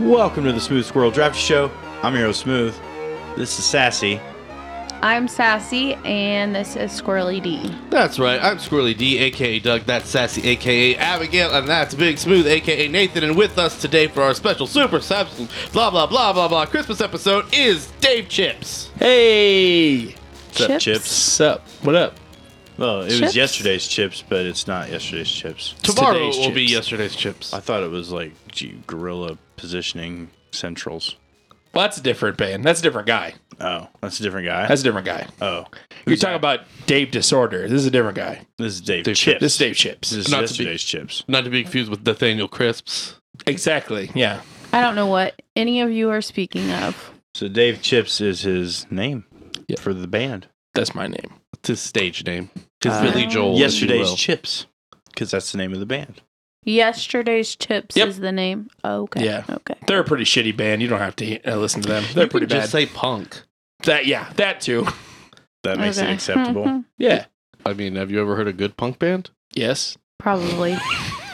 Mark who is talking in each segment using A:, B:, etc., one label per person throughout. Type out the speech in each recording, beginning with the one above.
A: Welcome to the Smooth Squirrel Draft Show. I'm your host, Smooth. This is Sassy.
B: I'm Sassy, and this is Squirrely D.
C: That's right. I'm Squirrely D, aka Doug. That's Sassy, aka Abigail, and that's Big Smooth, aka Nathan. And with us today for our special super subs, blah blah blah blah blah Christmas episode is Dave Chips.
D: Hey,
A: What's up, Chips?
D: what's up? What up?
A: Well, it was
B: Chips?
A: yesterday's chips, but it's not yesterday's chips.
C: Tomorrow will
D: today's
C: be
D: chips.
C: yesterday's chips.
A: I thought it was like gee, gorilla positioning centrals.
D: Well, that's a different band. That's a different guy.
A: Oh, that's a different guy.
D: That's a different guy.
A: oh,
D: You're talking about Dave Disorder. This is a different guy.
A: this is Dave
C: Dave
A: Chips.
D: This is Dave Chips.
A: This is
C: Not to be-
A: yesterday's chips.
C: Not to be confused with Nathaniel Crisps.
D: Exactly. Yeah.
B: I don't know what any of you are speaking of.
A: So Dave Chips is his name
D: Yeah.
A: for the band.
D: That's my name.
C: It's his stage name. His
D: Ah.
C: Billy Joel. if you
A: yesterday's
C: will.
A: chips, because that's the name of the band.
B: Yesterday's Chips
D: Yep.
B: is the name. Okay.
D: Yeah.
B: Okay.
D: They're a pretty shitty band. You don't have to uh, listen to them. They're
C: You
D: pretty
C: could
D: bad.
C: Just say punk.
D: that yeah. That too.
A: Oh, That makes
B: Okay.
A: it acceptable.
D: Yeah.
C: I mean, have you ever heard a good punk band?
D: Yes.
B: Probably.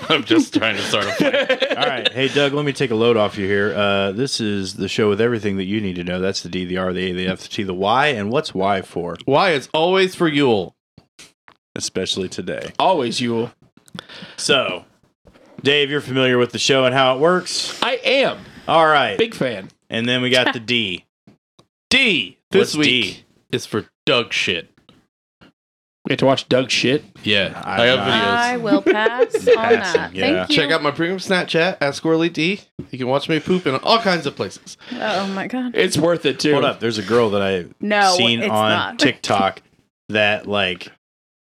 C: I'm just trying to start a fight.
A: All right, hey Doug, let me take a load off you here. Uh, this is the show with everything that you need to know. That's the D, the R, the A, the F, the T, the Y, and what's Y for?
C: Why it's always for Yule.
A: Especially today.
D: Always you. will.
A: So, Dave, you're familiar with the show and how it works.
D: I am
A: All right,
D: big fan.
A: and then we got the D.
C: D this
A: What's D?
C: week is for Doug shit.
D: We have to watch Doug shit.
C: Yeah,
A: I'm
C: I, have
A: not-
C: videos.
B: I will pass on that.
A: Passing, yeah.
B: Thank you.
C: Check out my premium Snapchat at Squirrely D. You can watch me poop in all kinds of places.
B: oh my god.
D: It's worth it too.
A: Hold up, there's a girl that I
B: No,
A: seen
B: it's
A: on
B: not.
A: TikTok that like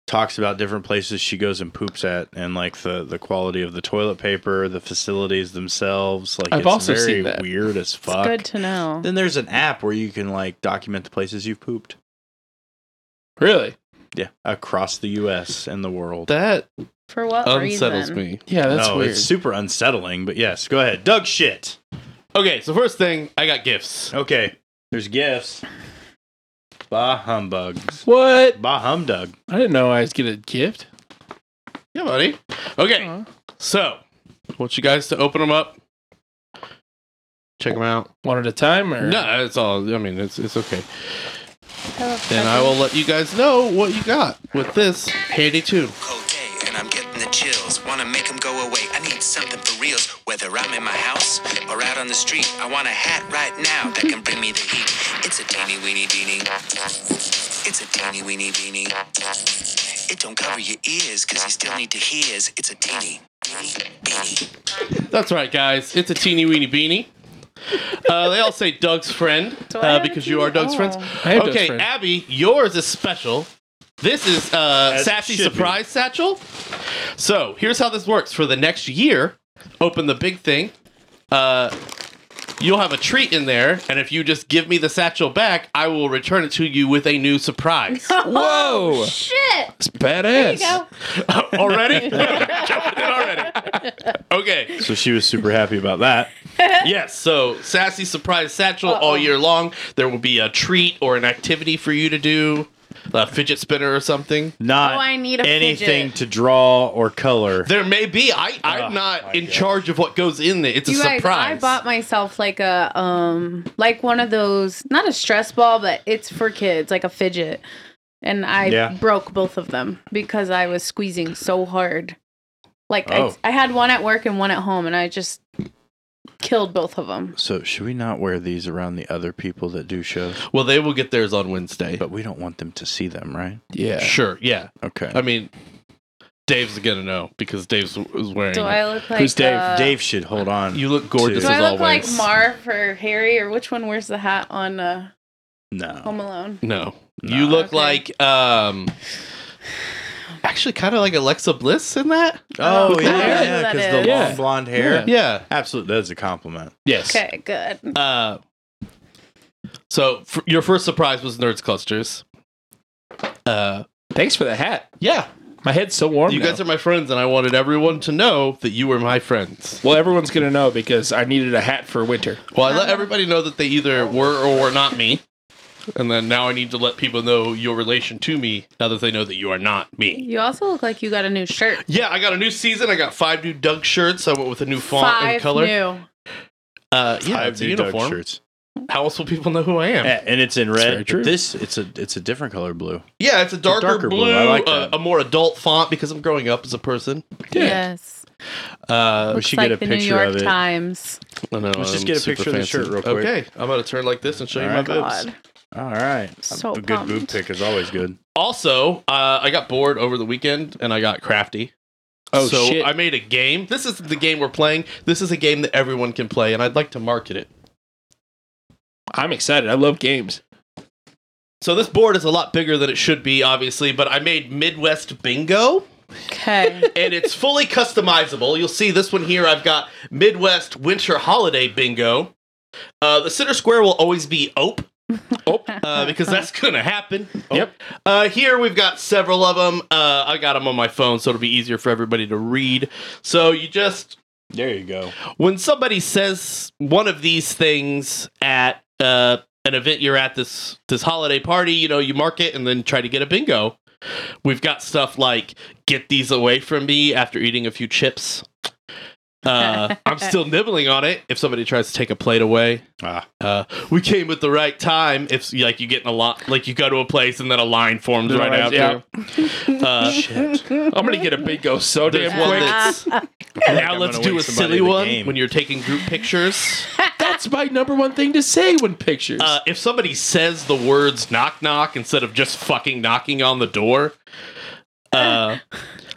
A: talks about different places she goes and poops at and like the the quality of the toilet paper, the facilities themselves. Like
D: I've
A: it's
D: also
A: very
D: seen that.
A: weird as
B: It's
A: fuck.
B: good to know.
A: Then there's an app where you can like document the places you've pooped.
D: Really?
A: Yeah. Across the US and the world.
C: That
B: For what
C: unsettles
B: reason?
C: me.
D: Yeah. That's
A: no,
D: weird.
A: it's super unsettling, but yes, go ahead. Doug shit.
C: Okay, so first thing, I got gifts.
A: Okay. There's gifts. Bah humbugs.
D: what?
A: Bah humdug.
D: I didn't know I was get a gift.
C: Yeah, buddy. Okay,
D: Aw.
C: so I want you guys to open them up. Check them out.
D: One at a time, or
C: No, it's all. I mean, it's it's okay.
B: Hello,
C: And I will let you guys know what you got with this handy tune.
E: cold day and I'm getting the chills. Wanna make 'em go away. I need something for reals. Whether I'm in my house or out on the street, I want a hat right now that can bring me the heat. It's a teeny weeny beanie. It's a teeny weeny beanie. It don't cover your ears, cause you still need to hear. It's a teeny weeny beanie.
C: That's right, guys. It's a teeny weeny beanie. Uh, they all say Doug's friend
B: Do I
C: uh,
B: have a
C: because you are
B: teeny-
C: Doug's
B: oh.
C: friends.
D: I am Doug's
C: okay,
D: friend.
C: Abby, yours is special. This is uh,
A: As it
C: Sassy
A: should be.
C: Surprise Satchel. So here's how this works for the next year. Open the big thing. Uh, you'll have a treat in there, and if you just give me the satchel back, I will return it to you with a new surprise.
D: Whoa!
B: Oh, Shit.
D: It's badass.
B: Go.
C: already? Jumping in already. Okay.
A: So she was super happy about that.
C: Yes, so sassy surprise satchel all year long. There will be a treat or an activity for you to do, a fidget spinner or something.
A: Not
B: Oh, I need a
A: anything
B: fidget.
A: to draw or color.
C: There may be. I I'm
A: Oh, my
C: not in
A: God.
C: charge of what goes in there. It's a
B: You guys,
C: surprise.
B: I bought myself like a um like one of those not a stress ball, but it's for kids, like a fidget. And I
A: Yeah.
B: broke both of them because I was squeezing so hard. Like
A: Oh.
B: I, I had one at work and one at home, and I just killed both of them.
A: So should we not wear these around the other people that do shows?
C: well, they will get theirs on Wednesday.
A: But we don't want them to see them, right?
D: Yeah.
C: Sure, yeah.
A: Okay.
D: Uh,
C: I mean, Dave's gonna know because Dave's is wearing.
B: Do
C: it.
B: I look like
D: Who's Dave?
B: uh,
A: Dave should hold on.
C: you look gorgeous
B: Do
C: as
B: I look
C: always.
B: like Marv or Harry or which one wears the hat on uh,
A: no.
B: Home Alone?
C: no, you look
B: Okay.
C: like um. Actually, kind of like Alexa Bliss in that.
A: Oh
B: I don't know
A: yeah,
B: who
A: yeah,
B: that
A: because the long
B: is.
D: Yeah.
A: blonde hair.
D: Yeah.
C: Yeah.
A: Absolutely, that's a compliment.
D: Yes.
B: Okay, good.
C: Uh, so f- your first surprise was Nerds Clusters. Uh,
D: Thanks for the hat.
C: yeah,
D: My head's so warm.
A: Oh,
C: you guys are my friends, and I wanted everyone to know that you were my friends.
D: well, everyone's gonna know because I needed a hat for winter.
C: Well, I let everybody know that they either were or were not me, and then now I need to let people know your relation to me now that they know that you are not me.
B: You also look like you got a new shirt.
C: Yeah, I got a new season. I got five new Doug shirts. I went with a new font
B: Five
C: and color.
B: new.
C: Uh,
A: I
C: yeah,
A: have
C: it's a
A: new dog
C: uniform.
A: shirts.
C: How else will people know who I am?
A: A- And it's in red.
D: very
A: but
D: true.
A: This it's a it's a different color blue.
C: Yeah, it's a darker,
A: darker
C: blue,
A: blue. I like
C: uh,
A: that.
C: a more adult font because I'm growing up as a person.
B: Yes.
C: Uh,
A: should
B: like
A: get a
B: the New
A: picture
B: York
A: of it.
B: Times.
C: I know,
A: Let's just
C: I'm
A: get a
C: super
A: picture of the shirt real quick.
C: Okay, I'm gonna turn like this and show you my
A: Alright.
C: boobs.
B: God.
A: All right.
B: So
A: a good boob
B: pumped.
A: pick is always good.
C: Also, uh, I got bored over the weekend and I got crafty.
D: Oh,
C: so
D: shit.
C: I made a game. This is the game we're playing. This is a game that everyone can play, and I'd like to market it.
D: I'm excited. I love games.
C: So this board is a lot bigger than it should be, obviously, but I made Midwest Bingo.
B: Okay.
C: and it's fully customizable. You'll see this one here. I've got Midwest Winter Holiday Bingo. Uh, the center square will always be ope.
D: Ope.
C: Uh, because that's gonna happen.
D: Yep.
C: Uh, here we've got several of them. Uh, I got them on my phone, so it'll be easier for everybody to read. So you just
A: There you go.
C: when somebody says one of these things at uh, an event you're at this this holiday party, you know, you mark it and then try to get a bingo. We've got stuff like get these away from me after eating a few chips. Uh, I'm still nibbling on it. If somebody tries to take a plate away,
A: Ah.
C: uh, we came at the right time. If like you get in a lot, like you go to a place and then a line forms right
D: Yeah.
C: after. Uh,
D: I'm gonna get a bingo so
C: There's
D: damn
C: one
D: quick.
C: that's now
A: I'm
C: let's
A: gonna
C: do a
A: wake somebody
C: silly
A: the
C: one
A: game.
C: when you're taking group pictures.
D: That's my number one thing to say when pictures.
C: Uh, if somebody says the words knock knock instead of just fucking knocking on the door, uh,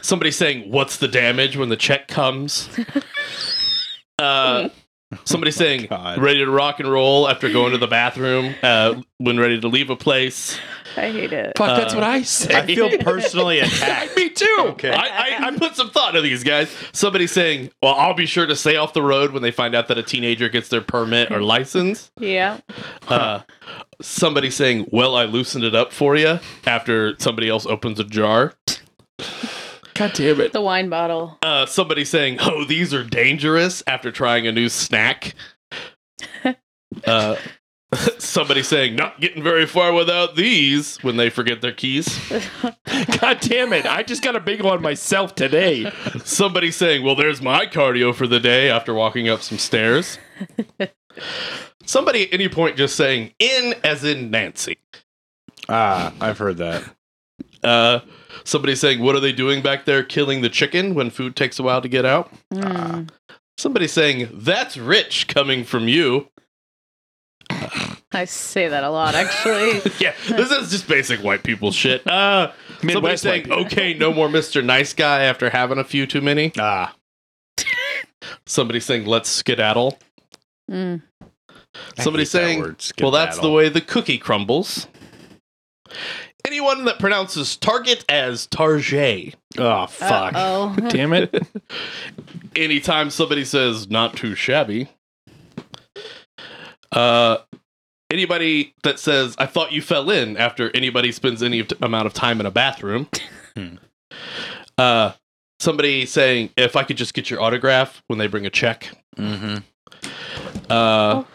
C: somebody saying, What's the damage when the check comes? Uh, somebody saying,
A: God.
C: Ready to rock and roll after going to the bathroom uh, when ready to leave a place.
B: I hate it.
D: Fuck, that's what I say.
A: I feel personally attacked.
D: Me too.
A: uh, Okay.
C: I, I, I put some thought into these guys. Somebody saying, Well, I'll be sure to stay off the road when they find out that a teenager gets their permit or license.
B: Yeah.
C: Uh, somebody saying, "Well, I loosened it up for you." After somebody else opens a jar,
D: God damn it.
B: The wine bottle.
C: uh, somebody saying, "Oh, these are dangerous." After trying a new snack, uh, somebody saying, "Not getting very far without these." When they forget their keys,
D: God damn it. I just got a bingo on myself today.
C: somebody saying, "Well, there's my cardio for the day." After walking up some stairs, somebody at any point just saying, "In as in Nancy."
A: ah, I've heard that.
C: Uh, somebody saying, "What are they doing back there, killing the chicken when food takes a while to get out?"
B: Mm.
C: Somebody saying, "That's rich coming from you."
B: I say that a lot, actually.
C: Yeah, this is just basic white people shit. Uh, somebody
D: Midwest oh. white
C: saying,
D: people.
C: "Okay, no more Mister Nice Guy" after having a few too many.
A: Ah,
C: Somebody saying, "Let's skedaddle."
B: Mm.
C: somebody
A: hate that
C: saying,
A: word,
C: "Well, that's the
A: skedaddle."
C: way the cookie crumbles." Anyone that pronounces Target as Target,
A: oh fuck.
B: Oh.
D: Uh, Damn it.
C: anytime somebody says not too shabby uh anybody that says i thought you fell in after anybody spends any t- amount of time in a bathroom
A: Hmm.
C: uh somebody saying if i could just get your autograph when they bring a check
A: Mm-hmm.
C: uh
B: Oh.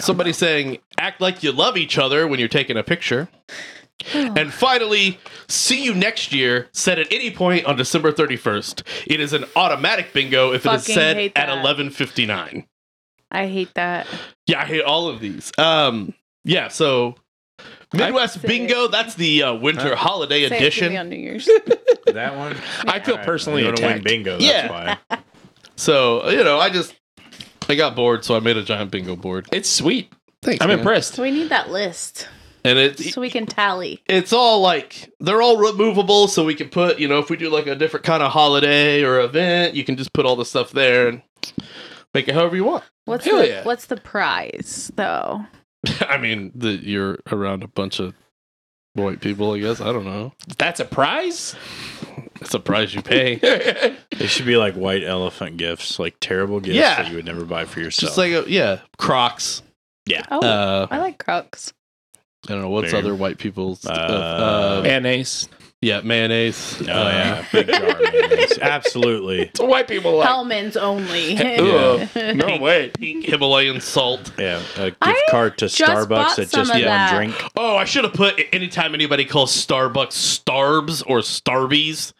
C: somebody saying act like you love each other when you're taking a picture and finally, see you next year. Said at any point on December 31st. It is an automatic bingo if it is
B: Fucking
C: said
B: hate
C: at
B: that.
C: 11:59.
B: I hate that.
C: Yeah, I hate all of these. Um, yeah. So Midwest
B: Say
C: Bingo. That's the uh, winter
B: Say
C: holiday
B: it to me
C: edition.
B: on New Year's.
A: That one.
D: I feel personally
A: you wanna win
D: attacked.
A: bingo. That's
C: Yeah.
A: why.
C: So you know, I just I got bored, so I made a giant bingo board.
D: It's sweet.
C: Thanks.
D: I'm
C: man.
D: impressed.
B: So we need that list
C: And it's
B: so we can tally.
C: it's all like they're all removable, so we can put you know if we do like a different kind of holiday or event, you can just put all the stuff there and make it however you want.
B: What's
D: Hell
B: the,
D: yeah.
B: what's the prize though?
C: I mean, the, you're around a bunch of white people, I guess. I don't know.
D: That's a prize?
C: It's a price you pay.
A: They should be like white elephant gifts, like terrible gifts
C: Yeah.
A: that you would never buy for yourself.
C: Just like, a, yeah, Crocs.
B: Oh,
C: Uh,
B: I like Crocs.
C: I don't know what's
A: Maybe.
C: other white people's. Uh,
A: Uh,
C: uh,
D: Mayonnaise.
C: yeah, mayonnaise. uh,
A: oh yeah, big jar. of mayonnaise. Absolutely.
D: It's what white people like.
B: Hellman's only.
D: Ugh. No way.
C: Pink Himalayan salt.
A: Yeah, a gift
B: I
A: card to
B: just bought
A: Starbucks at
B: some
A: just
B: of
A: one
B: that.
A: drink.
C: Oh, I should have put anytime anybody calls Starbucks
A: Mm-hmm.
C: Starbs or Starbies.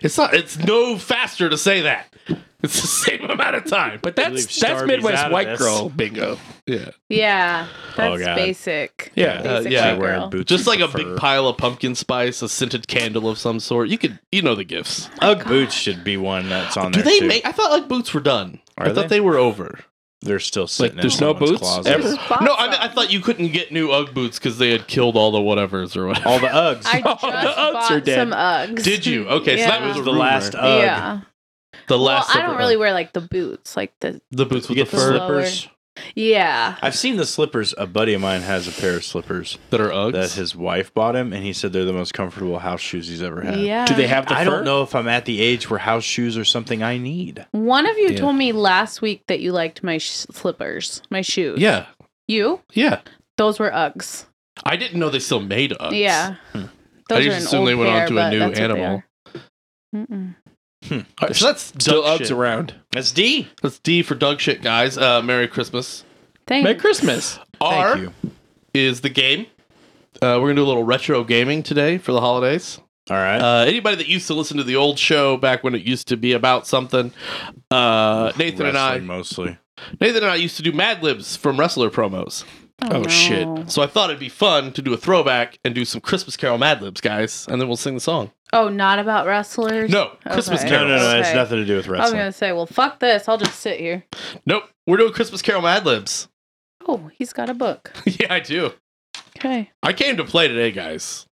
C: It's not. It's no faster to say that. It's the same amount of time.
D: But
A: Leave
D: that's that's
A: Starbies out
D: Midwest
A: of
D: white
A: this.
D: girl bingo.
C: Yeah.
B: Yeah,
A: Oh,
B: that's
A: God.
B: basic.
D: Yeah,
C: uh,
B: Basic
C: yeah.
B: white
A: wearing
B: girl.
A: boots.
C: Just
A: you
C: like a
A: prefer.
C: big pile of pumpkin spice, a scented candle of some sort. You could, you know, the gifts. Uh,
A: Ugg boots should be one that's on
C: Do
A: there.
C: they
A: too.
C: make? I thought like boots were done.
A: Are
C: I thought
A: they?
C: they were over.
A: They're still sitting.
D: there's
A: in
D: no
A: someone's
D: boots
A: closet.
D: ever?
B: Just bought
C: no, I, mean,
B: some.
C: I thought you couldn't get new UGG boots because they had killed all the whatevers or whatever.
A: All the Uggs.
B: I just
D: the Uggs
B: bought
D: are dead.
B: some Uggs.
C: Did you? Okay, so
B: Yeah.
C: that was
A: the
C: a rumor.
A: last Ugg.
B: Yeah.
C: The
B: Well,
C: last.
B: I don't
C: separate
B: really
C: Ugg.
B: wear like the boots, like the
C: the boots
A: You get
C: with the
A: the
C: fur
B: slip-
A: slippers.
B: yeah.
A: I've seen the slippers. A buddy of mine has a pair of slippers
C: that are Uggs.
A: that his wife bought him, and he said they're the most comfortable house shoes he's ever had.
B: Yeah.
D: Do they have the
A: I
D: fur?
A: don't know if I'm at the age where house shoes are something I need.
B: One of you
C: Yeah.
B: told me last week that you liked my sh- slippers, my shoes.
C: yeah,
B: You?
C: yeah.
B: Those were Uggs.
C: I didn't know they still made Uggs. Hmm.
B: Yeah. Those
C: I just
B: are an
C: assumed
B: old
C: they went on
B: pair,
C: to a
B: but
C: new
B: that's what they
C: animal.
B: are. Mm-mm.
C: All right, so that's
D: Still
C: Doug
D: Uggs
C: shit.
D: around.
A: That's D.
C: That's D for Doug shit, guys. Uh, Merry Christmas.
B: Thanks.
D: Merry Christmas.
C: R
A: Thank you.
C: is the game. Uh, we're gonna do a little retro gaming today for the holidays.
A: All right.
C: Uh, anybody that used to listen to the old show back when it used to be about something, uh, Nathan and I,
A: Wrestling mostly.
C: Nathan and I used to do Mad Libs from wrestler promos.
D: Oh, shit.
B: no.
C: So I thought it'd be fun to do a throwback and do some Christmas Carol Mad Libs, guys, and then we'll sing the song.
B: Oh, not about wrestlers?
C: No, Christmas
B: Okay.
A: No, no,
C: Carol.
A: no. It
B: Okay.
A: has nothing to do with
B: I was
A: wrestling.
B: going to say, well, fuck this. I'll just sit here.
C: Nope, we're doing Christmas Carol Mad Libs.
B: Oh, he's got a book.
C: yeah, I do.
B: Okay.
C: I came to play today, guys.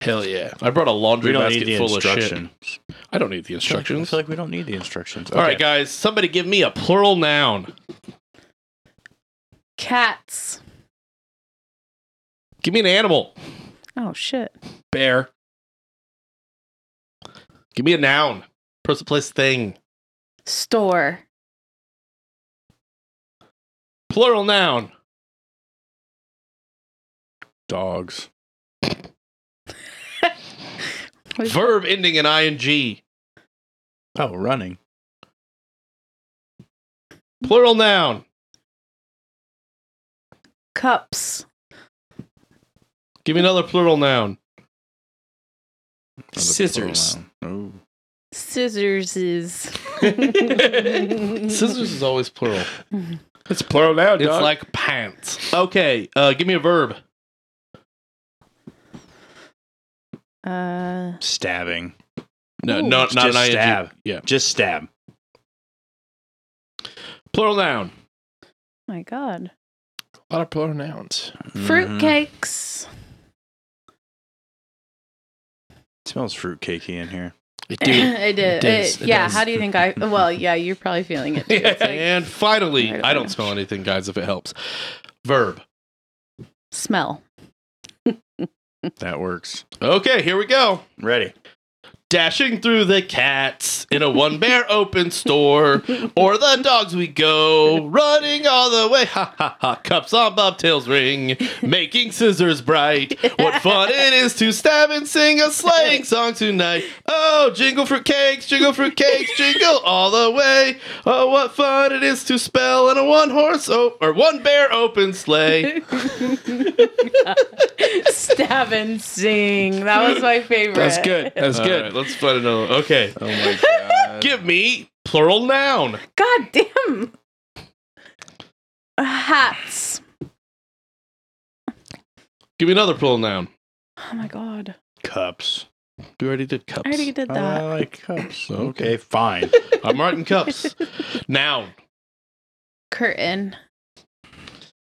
C: Hell yeah! I brought a laundry
A: we don't
C: basket
A: need the
C: full of shit.
A: instructions.
C: I don't need the
A: I
C: instructions.
A: feel like we don't need the instructions.
C: All right, guys, somebody give me a plural noun.
B: Cats.
C: Give me an animal.
B: Oh, shit.
D: Bear.
C: Give me a noun. Person, place, thing.
B: Store.
C: Plural noun.
A: Dogs.
C: Verb ending in ing.
A: Oh, running.
C: Plural noun.
B: Cups.
C: Give me another plural noun.
A: Another
D: Scissors.
A: plural noun.
B: Scissors is.
C: Scissors is always plural.
D: It's plural now, dog.
C: It's like pants. Okay, uh, give me a verb.
B: Uh,
A: Ooh. Stabbing.
C: No,
B: Ooh.
C: not not an
A: Just
C: ing.
A: stab.
C: Yeah.
A: Just stab.
C: Plural noun.
B: my God.
D: a lot of plural nouns.
C: Mm-hmm.
A: Mhm.
B: Fruitcakes.
A: Smells fruitcakey in here.
B: it did.
D: it is,
B: It-
D: it
B: yeah.
D: is.
B: How do you think I? Well, yeah. You're probably feeling it. Too. It's like
C: and finally,
B: Right
C: I don't
B: away.
C: smell anything, guys. If it helps, verb.
B: smell.
A: That works.
C: Okay, here we go.
A: Ready.
C: Dashing through the cats in a one bear open store, or the dogs we go running all the way. Ha ha ha! Cups on bobtails ring, making scissors bright. What fun it is to stab and sing a sleighing song tonight! Oh, jingle fruit cakes, jingle fruit cakes, jingle all the way! Oh, what fun it is to spell in a one horse o- or one bear open sleigh.
B: Stab and sing. That was my favorite.
D: That's good. That's
C: All
D: good.
C: right, let's find another. Okay,
D: Oh my god.
C: give me plural noun.
B: God damn. Uh, Hats.
C: Give me another plural noun.
B: Oh my God.
A: Cups.
C: We already did cups.
B: I already did that.
A: I
C: Uh,
A: like cups.
C: Okay.
A: Okay, fine.
C: I'm writing cups. Noun.
B: curtain.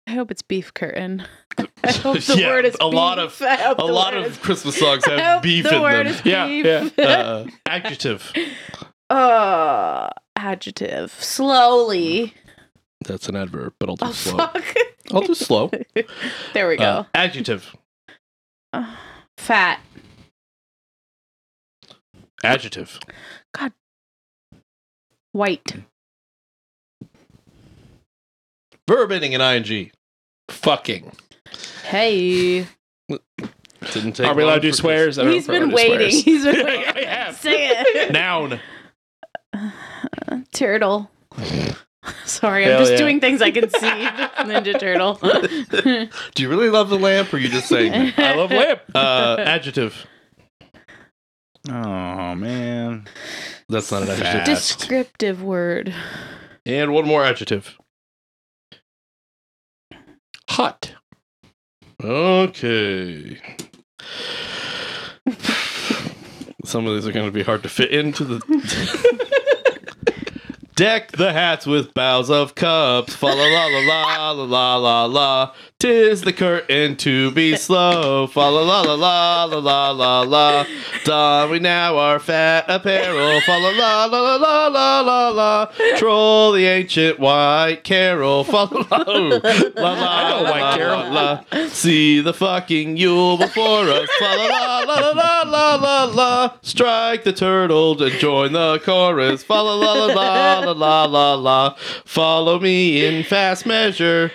B: I hope it's beef curtain. I hope the
C: Yeah,
B: word is
C: a lot
B: beef.
C: of-
B: I hope
C: A
B: the
C: lot
B: word is-
C: of Christmas songs
B: I
C: have
B: hope
C: beef
B: the
C: in
B: word
C: them.
B: Is
D: Yeah,
B: beef.
D: yeah.
C: Uh, adjective.
B: Uh, adjective. Slowly.
C: That's an adverb, but I'll do
B: Oh,
C: Mm, slow.
B: fuck.
C: I'll do slow.
B: There we
C: Uh,
B: go.
C: adjective.
B: Uh, fat.
C: Adjective.
B: White.
C: Verb ending in ing. Fucking.
B: Hey.
C: Didn't take.
D: Are we allowed
C: long
D: to do
C: for
D: swears? I don't know
B: He's
D: if we're allowed
B: been
D: to do
B: waiting.
D: swears.
B: He's been
D: I
B: waiting.
D: have.
B: Say it.
C: Christmas. Noun.
B: Turtle. Sorry,
D: Hell
B: I'm just
D: yeah.
B: doing things I can see. Ninja Turtle.
C: Do you really love the lamp, or are you just saying? that?
D: I love lamp.
C: Uh, adjective.
A: Oh man.
C: That's not an adjective.
A: Fat. Asked.
B: Descriptive word.
C: And one more adjective.
D: Hot.
C: Okay. Some of these are going to be hard to fit into the. Deck the hats with bows of cups. Fa la la la la la la la la. Tis the curtain to be slow. Fa la la la la la la la la. Don we now our fat apparel. Fa la la la la la la la la. Troll the ancient white carol. Fa la la la la
D: I know
C: la
D: white
C: la
D: carol.
C: la. See the fucking Yule before us. Fa la la la la la la la. Strike the turtle and join the chorus. Fa la la la la la la la la. Follow me in fast measure.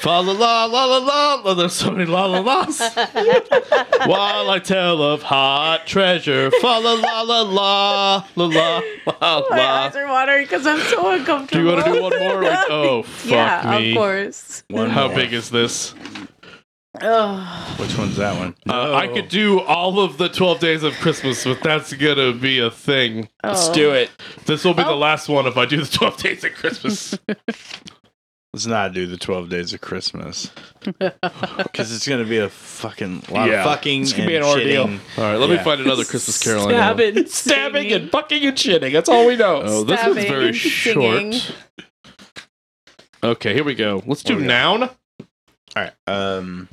C: Fa la la la la la. la. There's so many la la la's. While I tell of hot treasure. Fa la la la la la la la
B: My
C: la.
B: eyes are watering because I'm so uncomfortable.
C: Do you want to do one more? Oh, fuck
B: yeah,
C: me.
B: of course.
A: One
C: How
A: more.
C: big is this?
B: Ugh.
A: Which one's that one?
C: Uh, I could do all of the 12 days of Christmas, but that's gonna be a thing.
D: Let's
B: Oh.
D: do it.
C: This will be the last one if I do the 12 days of Christmas.
A: Let's not do the 12 days of Christmas. Because it's going to be a fucking lot
D: Yeah.
A: of fucking.
D: It's gonna be
A: and
D: an ordeal.
A: shitting.
C: all right, let me
A: Yeah.
C: find another Christmas carol. I know.
B: Stabbing,
D: Stabbing
B: singing.
D: and fucking and shitting. That's all we know.
C: Oh, this one's
B: Stabbing
C: very
B: and singing.
C: short. Okay, here we go. Let's do
A: Here we go.
C: noun.
A: All right. Um,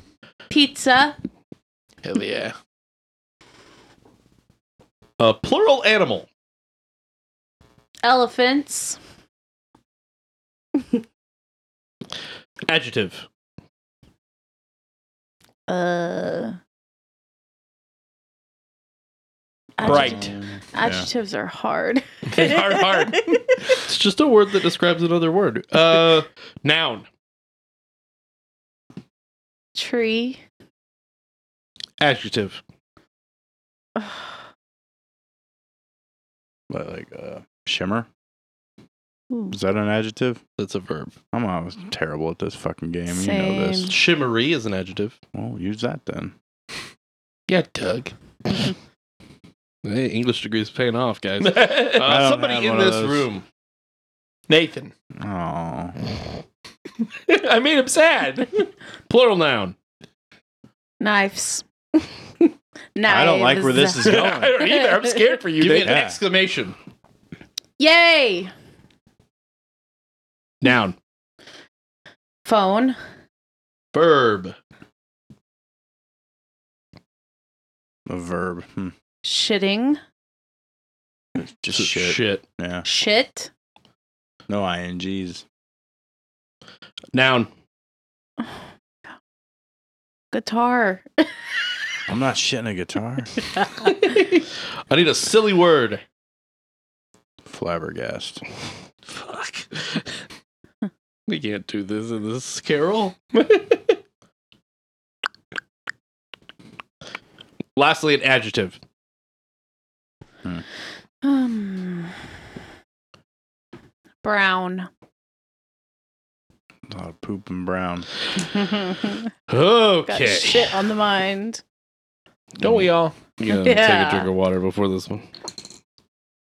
B: pizza.
C: Hell yeah. A plural animal.
B: Elephants.
C: Adjective.
B: Uh.
D: Bright.
A: um,
B: adjective- Adjectives are hard.
D: They are hard.
C: It's just a word that describes another word. Uh, noun.
B: Tree.
C: Adjective.
A: but like uh, shimmer.
B: Ooh.
A: Is that an adjective?
C: That's a verb.
A: I'm always terrible at this fucking game. You know
B: Same.
A: this.
C: Shimmery is an adjective.
A: Well, use that then.
C: Yeah, Doug. hey, English degree's paying off, guys.
A: I
C: Uh,
A: don't
C: somebody
A: have
C: in
A: one of
C: this
A: those.
C: room.
D: Nathan.
A: Oh.
D: I made him sad.
C: Plural noun.
B: Knives.
A: I don't like where this
B: Knives.
A: is
D: I
A: going.
D: don't either. I'm scared for you,
C: Give me an
D: Nathan.
A: Yeah.
C: exclamation.
B: Yay!
D: Noun.
B: Phone.
C: Verb.
A: A verb. Hmm.
B: Shitting.
A: Just shit. Yeah.
B: Shit.
A: No ings.
C: Noun.
B: Guitar.
A: I'm not shitting a guitar.
C: I need a silly word.
A: Flabbergast.
C: Fuck. we can't do this in this carol. Lastly, an adjective.
B: Um, brown.
A: A lot of poop and brown.
B: Got
C: Okay.
B: shit on the mind.
D: Don't we all?
C: Yeah, I'm gonna Take a
B: Yeah.
C: drink of water before this one.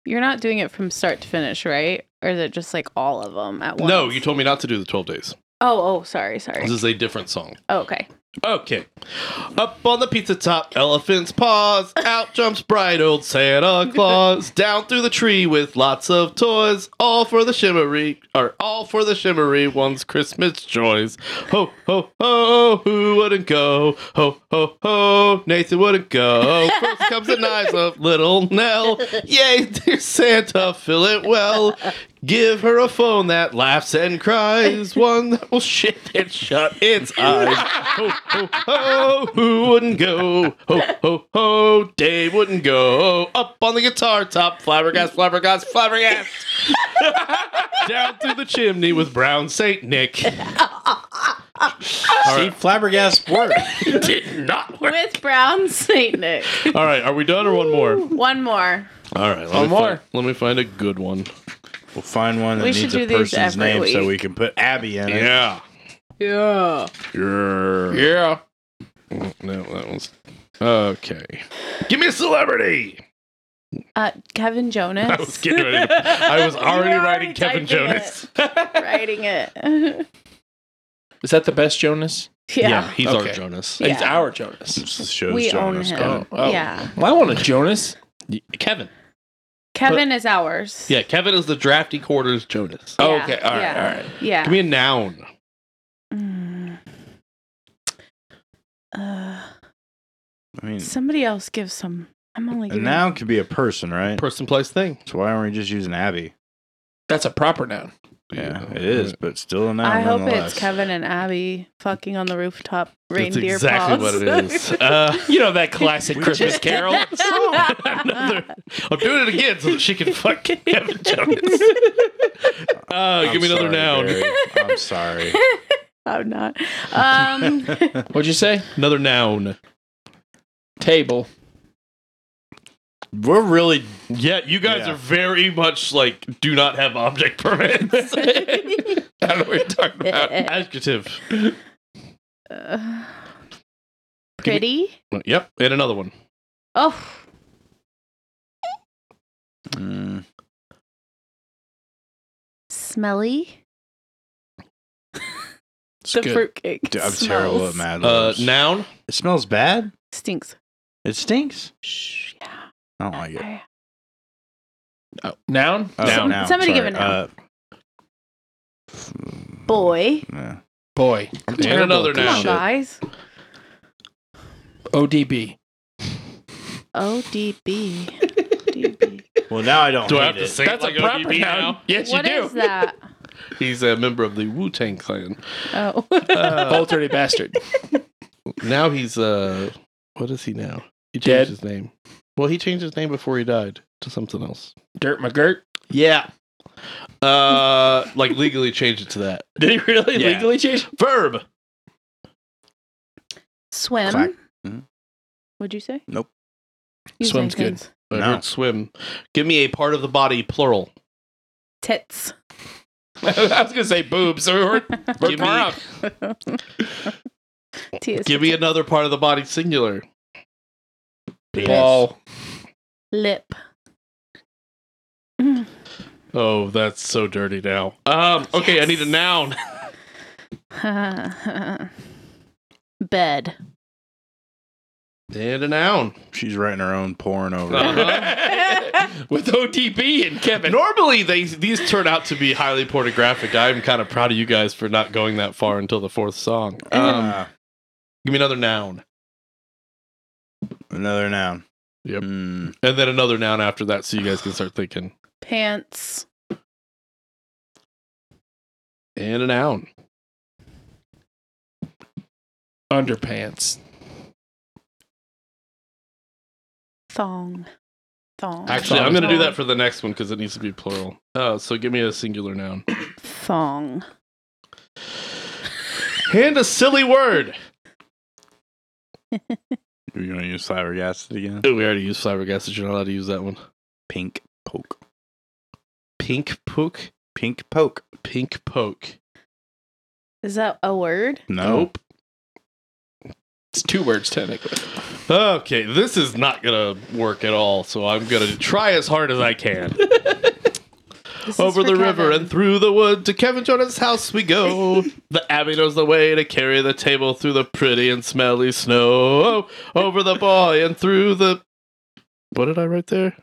B: You're not doing it from start to finish, right? Or is it just like all of them at once?
C: No, you told me not to do the 12 days.
B: Oh, oh, sorry, sorry. Oh,
C: This is a different song.
B: Okay.
C: Okay. Up on the pizza top, elephant's paws. Out jumps bright old Santa Claus. Down through the tree with lots of toys. All for the shimmery, or all for the shimmery one's Christmas joys. Ho, ho, ho, who wouldn't go? Ho, ho, ho, Nathan wouldn't go. First comes the knives of little Nell. Yay, dear Santa, fill it well. Give her a phone that laughs and cries, one that will shit and shut its eyes. Ho, ho, ho, who wouldn't go? Ho, ho, ho, Dave wouldn't go. Up on the guitar top, flabbergast, flabbergast, flabbergast. Down through the chimney with Brown Saint Nick.
A: See, flabbergast work.
C: Did not work.
B: With brown Saint Nick.
C: All right, are we done or one more? All
B: One more.
C: right, let
D: One
C: me
D: more.
C: Find, let me find a good one.
A: We'll find one that
B: We
A: needs
B: should do
A: a
B: these
A: person's
B: every
A: name so
B: week.
A: we can put Abby in it.
C: Yeah.
B: Yeah.
A: Yeah.
C: Yeah. No, that was okay. Give me a celebrity.
B: Uh, Kevin Jonas.
C: I was getting ready. To, I was
B: You were
C: already writing Kevin
B: typing
C: Jonas.
B: it. writing it.
D: Is that the best Jonas?
B: yeah.
A: he's
D: Okay.
A: our Jonas.
D: It's
B: Yeah.
D: our Jonas.
A: This show's
B: We own
A: Jonas.
B: him.
A: God.
D: Oh.
B: Yeah.
D: Well, I want a Jonas.
C: Y- Kevin.
B: Kevin is ours.
C: Yeah, Kevin is the drafty quarters Jonas.
D: Oh,
B: Yeah,
D: okay. All right.
B: yeah.
D: All right.
B: Yeah.
C: Give me a noun.
B: Mm. Uh, Oh.
A: I mean,
B: somebody else give some. I'm only
A: a
B: giving.
A: noun could be a person, right?
C: Person, place, thing.
A: So why aren't we just using Abby?
D: That's a proper noun.
A: Yeah, it is, but still a noun.
B: I hope it's
A: nonetheless.
B: Kevin and Abby fucking on the rooftop
C: That's
B: reindeer
C: exactly
B: paws.
C: what it is. Uh,
D: You know that classic Christmas Carol.
C: another. I'm doing it again so that she can fuck Kevin Jonas. Uh,
A: I'm
C: give me another
A: sorry,
C: noun.
A: Barry. I'm sorry.
B: I'm not. Um,
D: What'd you say?
C: Another noun.
D: Table.
A: We're really
C: Yeah, you guys
A: Yeah.
C: are very much like do not have object permits. I don't know what you're talking about. Adjective.
B: uh, pretty.
C: Yep, and another one.
B: Oh,
A: mm,
B: smelly.
D: It's
B: the
D: good.
B: fruitcake.
A: d- I'm
B: smells.
A: terrible at Mad
C: Uh,
A: Libs.
C: noun.
A: it smells bad.
B: Stinks.
A: It stinks.
B: Shh, yeah.
A: I don't like it.
B: I-
D: Oh, noun.
A: Oh,
C: Noun.
A: noun,
B: Somebody give
A: sorry.
B: a noun. Boy.
A: Uh, yeah.
D: Boy.
C: And another
B: Come on,
C: noun.
B: guys.
D: ODB.
B: ODB. DB.
A: Well, now I don't.
C: Do
A: hate
C: I have to
A: it.
C: say it like ODB now?
D: Yes,
B: What
D: you do.
B: is that?
C: He's a member of the Wu Tang Clan.
B: Oh.
C: Uh, oh,
D: Old dirty bastard.
C: now he's uh, what is he now? He changed
D: Dead.
C: his name. Well, he changed his name before he died to something else.
D: Dirt McGirt.
C: Yeah. Uh, like legally changed it to that
D: Did he really
C: Yeah.
D: legally change?
C: verb.
B: Swim.
A: Clack. Mhm.
B: What'd you say?
A: Nope.
B: You say
D: Swim's good.
B: things.
C: I
A: No.
C: heard swim. Give me a part of the body, plural.
B: Tits.
D: I was gonna say boobs. So we're, we're
C: Give me-
D: far off.
B: T is
C: Give me another part of the body, singular.
D: Ball.
B: lip.
C: Oh, that's so dirty now. Um, okay, I need a noun.
B: Bed.
C: And a noun.
A: She's writing her own porn over.
C: Uh-huh.
A: there.
D: With ODB and Kevin.
C: Normally, they these turn out to be highly pornographic. I'm kind of proud of you guys for not going that far until the fourth song. Um,
A: Uh,
C: give me another noun,
A: another noun.
C: Yep.
A: Mm,
C: and then another noun after that, so you guys can start thinking.
B: Pants.
C: And a noun.
D: Underpants.
B: Thong. Thong.
C: Actually, I'm going to do that for the next one because it needs to be plural. Uh, so give me a singular noun
B: thong.
C: and a silly word.
A: you gonna use flabbergasted again?
C: Ooh, we already used flabbergasted. You're not allowed to use that one.
A: Pink poke.
C: Pink pook.
A: Pink poke.
C: Pink poke.
B: Is that a word?
A: No.
D: It's two words technically.
C: Okay, this is not gonna work at all, so I'm gonna try as hard as I can.
B: This is
C: Over
B: for
C: the river
B: Kevin.
C: and through the wood to Kevin Jordan's house we go. the abbey knows the way to carry the table through the pretty and smelly snow. Oh, Over the boy and through the. What did I write there?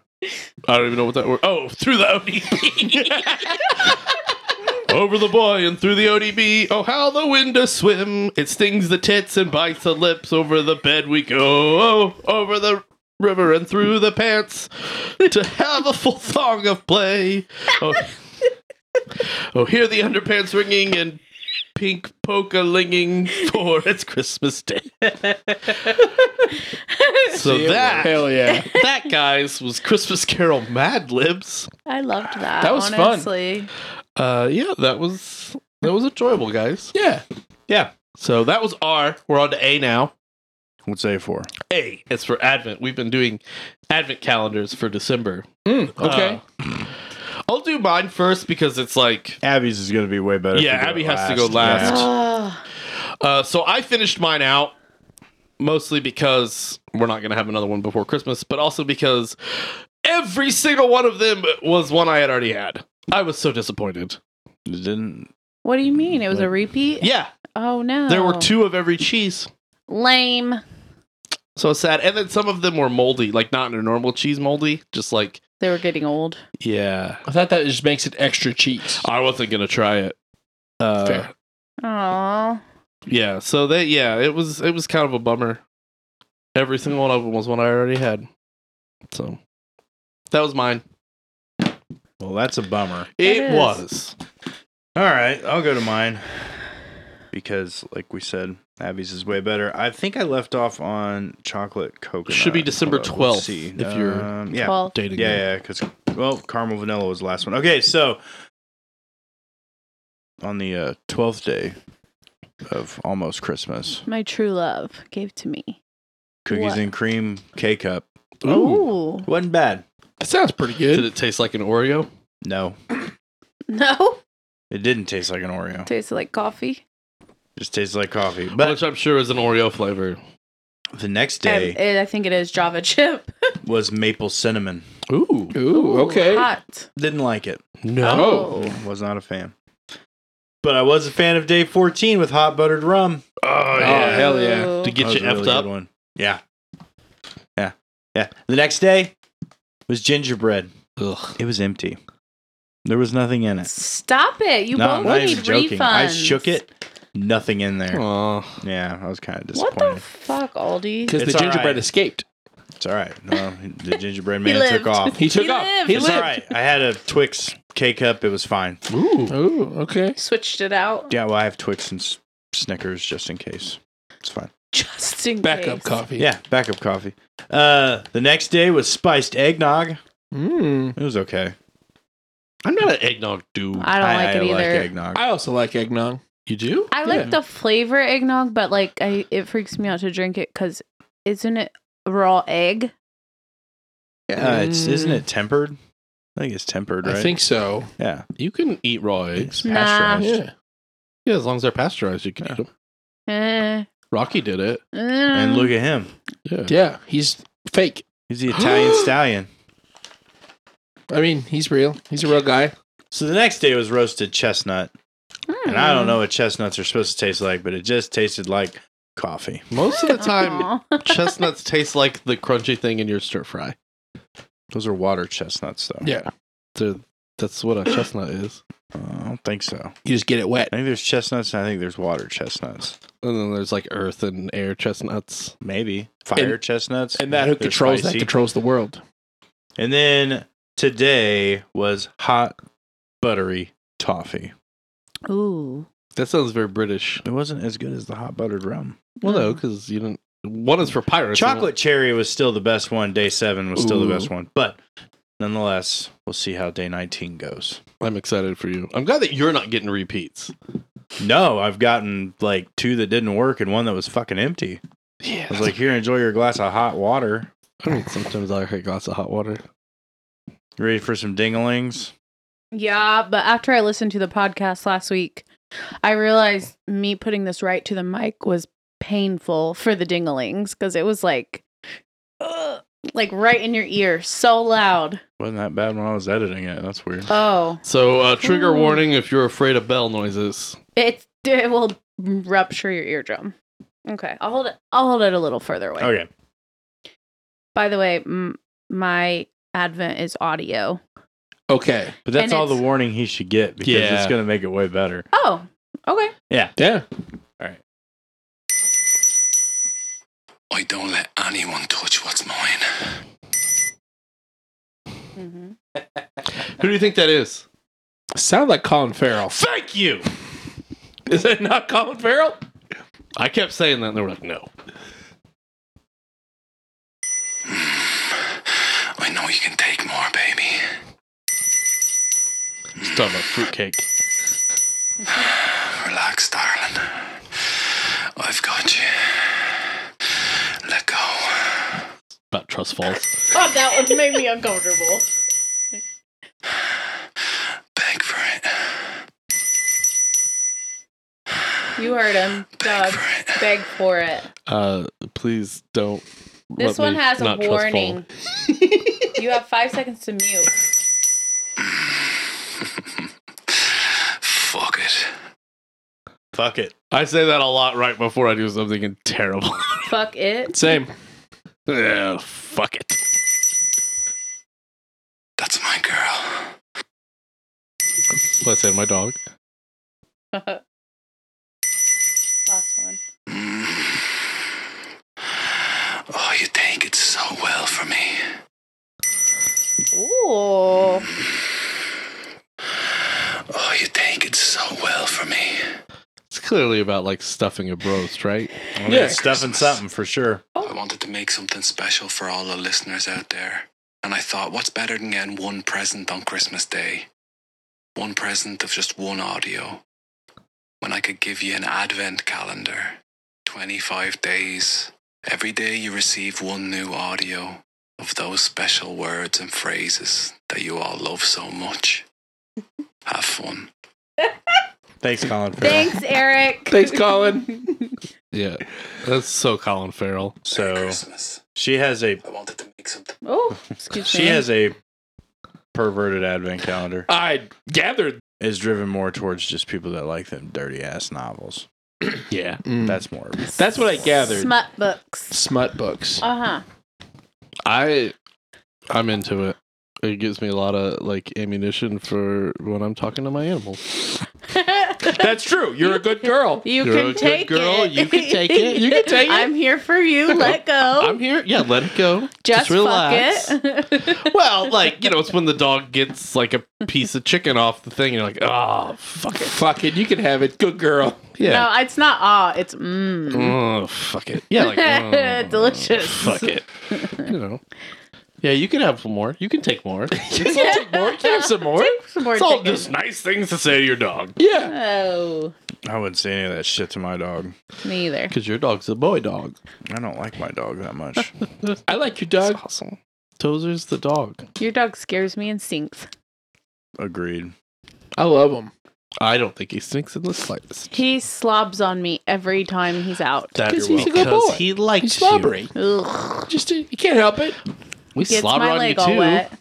C: I don't even know what that word. Oh, through the ODB. Over the boy and through the ODB. Oh, how the wind does swim. It stings the tits and bites the lips. Over the bed we go. Oh, Over the river and through the pants to have a full thong of play. Oh, oh hear the underpants ringing and pink polka linging for it's Christmas Day. so that
D: Hell yeah.
C: that guys was Christmas Carol Mad Libs.
B: I loved that.
D: That was fun.
B: honestly.
C: Uh, yeah, that was that was enjoyable, guys.
D: Yeah.
A: Yeah.
C: So that was R. We're on to A now.
A: What's A for?
C: A. It's for Advent. We've been doing Advent calendars for December.
D: Mm, okay.
C: Uh, I'll do mine first because it's like
A: Abby's is gonna be way better. if
C: Yeah,
A: we do
C: Abby
A: it
C: has to go last.
A: Yeah.
B: Oh,
C: Uh, so I finished mine out mostly because we're not going to have another one before Christmas, but also because Every single one of them was one I had already had. I was so disappointed.
A: It didn't.
B: What do you mean? It was a repeat?
C: Yeah,
B: Oh no.
C: there were two of every cheese.
B: lame.
C: So sad. And then some of them were moldy, like not in a normal cheese moldy, just like
B: They were getting old.
C: yeah.
D: I thought that just makes it extra cheese.
C: I wasn't gonna try it. Uh,
D: Fair.
B: Aw.
C: Yeah. So they yeah, it was it was kind of a bummer. Every single one of them was one I already had. So that was mine.
A: Well, that's a bummer.
C: It,
B: It is.
C: was.
A: All right, I'll go to mine because, like we said, Abby's is way better. I think I left off on chocolate coconut.
C: Should be December
A: Hold on,
C: 12th,
A: let's see.
C: if you're-
A: Um, yeah,
B: Well,
C: Dating.
A: yeah, yeah, because well, caramel vanilla was the last one. Okay, so on the uh, twelfth day of almost Christmas,
B: my true love gave to me.
A: cookies
B: What?
A: and cream K cup
C: Ooh.
B: Ooh.
A: wasn't bad.
D: That sounds pretty
C: Did
D: good.
C: it taste like an Oreo?
A: No,
B: No.
A: it didn't taste like an Oreo.
B: Tasted like coffee.
A: just tasted like coffee. But
C: Which I'm sure is an Oreo flavor.
A: the next
B: And
A: day
B: it, I think it is Java chip.
A: was maple cinnamon.
C: Ooh.
D: Ooh, okay.
B: Hot.
A: Didn't like it.
C: No.
D: Oh.
A: Was not a fan. But I was a fan of day 14 with hot buttered rum.
C: Oh,
D: Oh,
C: yeah.
D: hell yeah.
B: Ooh.
C: To get
A: That
C: you
A: was a really
C: effed
A: good
C: up.
A: One. Yeah. Yeah. Yeah. The next day was gingerbread.
C: Ugh.
A: It was empty. There was nothing in it.
B: Stop it. You
A: No, I'm
B: both
A: not
B: need
A: even joking.
B: refunds.
A: I shook it. Nothing in there.
C: Aw.
A: Yeah, I was kind of
B: What the
A: disappointed.
B: fuck, Aldi?
D: Because the
A: It's all
D: gingerbread
A: right.
D: escaped.
A: it's all right. No, the gingerbread
B: He
A: man took
B: lived.
A: off.
D: He took
B: He
D: off.
B: lived.
D: He
A: It's
D: lived.
A: all right. I had a Twix K cup. It was fine.
C: Ooh.
D: Ooh, okay.
B: Switched it out
A: Yeah, well, I have Twix and S- Snickers just in case. It's fine.
B: just in
D: Backup
B: case.
D: coffee.
A: Yeah, backup coffee. Uh, the next day was spiced eggnog.
D: Mm.
A: It was okay.
C: I'm not an eggnog dude.
B: I don't like it either.
A: eggnog.
D: I also like eggnog.
C: You do?
B: I
D: Yeah.
B: like the flavor eggnog, but like I, it freaks me out to drink it because isn't it raw egg?
A: Uh, it's isn't it tempered? I think it's tempered, right?
D: I think so.
A: Yeah,
C: You can eat raw
A: it's
C: eggs.
B: Nah.
A: pasteurized.
D: Yeah.
C: Yeah, as long as they're pasteurized, you can eat them.
B: Eh,
C: Rocky did it.
B: eh.
A: And look at him.
C: Yeah.
D: Yeah, he's fake.
A: He's the Italian stallion.
D: I mean, he's real. He's a real guy.
A: So the next day was roasted chestnut, and I
D: Mm.
A: don't know what chestnuts are supposed to taste like, but it just tasted like coffee.
C: Most of the
B: Mm.
C: time,
B: Aw.
C: chestnuts taste like the crunchy thing in your stir fry.
A: Those are water chestnuts, though.
D: Yeah.
C: They're- that's what a chestnut is.
A: Uh, I don't think so.
D: You just get it wet.
A: I think there's chestnuts, and I think there's water chestnuts.
C: And then there's like earth and air chestnuts.
A: Maybe fire chestnuts,
D: And that who
A: They're
D: controls that
A: spicy.
D: controls the world.
A: And then today was hot buttery toffee.
B: Ooh.
C: That sounds very British.
A: It wasn't as good as the hot buttered rum.
C: Well,
B: Hmm.
C: no, because you didn't. One is for pirates. and
A: Chocolate cherry was still the best one. Day seven was still the best
C: Ooh.
A: one. But nonetheless, we'll see how day 19 goes.
C: one- I'm excited for you. I'm glad that you're not getting repeats.
A: No, I've gotten like two that didn't work and one that was fucking empty.
C: Yeah.
A: I was like, here, enjoy your glass of hot water.
C: I mean, sometimes I like a glass of hot water.
A: You ready for some dinglings?
B: Yeah, but after I listened to the podcast last week, I realized me putting this right to the mic was painful for the dinglings because it was like, ugh, like right in your ear, so loud.
A: Wasn't that bad when I was editing it. That's weird.
B: Oh,
C: So, uh, trigger
B: Ooh.
C: warning if you're afraid of bell noises.
B: it it will rupture your eardrum. Okay, I'll hold it. I'll hold it a little further away.
A: Okay.
B: By the way, m- my advent is audio.
D: Okay.
A: But that's
B: And
A: all the
B: it's-
A: warning he should get because
C: Yeah.
A: it's going to make it way better.
B: Oh, okay.
D: Yeah.
E: I don't let anyone touch what's mine.
B: Mm-hmm.
C: Who do you think that is?
D: Sound like Colin Farrell.
C: Thank you.
D: Is it not Colin Farrell?
C: I kept saying that, and they were like, no.
E: I know you can take more, baby.
C: It's talking about fruitcake.
E: Relax, darling. I've got you. Let go.
C: About trust falls.
B: Oh, that one made me uncomfortable.
E: Beg for it.
B: You heard him, Doug. Beg for it.
C: Uh, please don't.
B: This
C: let
B: one
C: me
B: has a
C: not trust fall.
B: warning. You have five seconds to mute.
E: Fuck it.
A: Fuck it.
C: I say that a lot right before I do something terrible.
B: Fuck it.
D: Same.
C: yeah, fuck it.
E: That's my girl.
C: Let's say my dog.
B: Last one.
E: Oh, you take it so well from me.
B: Ooh.
E: Oh, you take it so well from me.
C: It's clearly about like stuffing a roast, right?
A: I mean,
D: Yeah.
A: it's stuffing something for sure.
E: I wanted to make something special for all the listeners out there. And I thought, what's better than getting one present on Christmas Day? One present of just one audio. When I could give you an advent calendar. 25 days. Every day you receive one new audio of those special words and phrases that you all love so much. Have fun.
A: Thanks, Colin Farrell.
B: Thanks, Eric.
D: Thanks, Colin.
C: Yeah, that's so Colin Farrell.
A: So
E: Christmas.
A: she has a
E: I wanted to make something.
B: Oh, excuse me.
A: she has a perverted advent calendar.
D: I gathered.
A: Is driven more towards just people that like them dirty ass novels.
D: Yeah.
A: That's more. of it.
D: That's what I gathered.
B: smut books.
D: Smut books.
B: Uh huh.
C: I, I'm into it. It gives me a lot of like ammunition for when I'm talking to my animals.
D: That's true. You're a good girl.
B: you
C: You're a
B: can
C: good
B: take
C: girl.
B: it.
C: You can take it. You can take it.
B: I'm here for you. Let go.
C: I'm here. Yeah, let it go.
B: Oh. just,
C: relax.
B: fuck it.
C: well, like you know, it's when the dog gets like a piece of chicken off the thing. You're like, oh fuck it,
D: Fuck it. You can have it. Good girl.
C: yeah,
B: No, it's not ah. It's mmm.
C: oh fuck it, yeah, like oh,
B: Delicious.
C: fuck it, you know. Yeah, you can have more. You can take more.
D: You can take more. You can have some more.
B: Some more
C: It's all
B: chicken.
C: just nice things to say to your dog.
D: Yeah.
B: Oh,
A: I wouldn't say any of that shit to my dog.
B: me either.
C: Because your dog's a boy dog.
A: I don't like my dog that much.
D: I like your dog.
C: awesome. Tozer's the dog.
B: Your dog scares me and stinks.
A: Agreed.
D: I love him.
C: I don't think he stinks in the slightest.
B: He slobs on me every time he's out.
A: That
D: Because
A: you're
D: he's a
A: welcome.
D: good boy.
C: he likes
D: He's slobbery.
B: Ugh.
D: Just you can't help it.
C: We
B: Gets
C: slobber
B: my
C: on you
B: leg all
C: too.
B: wet.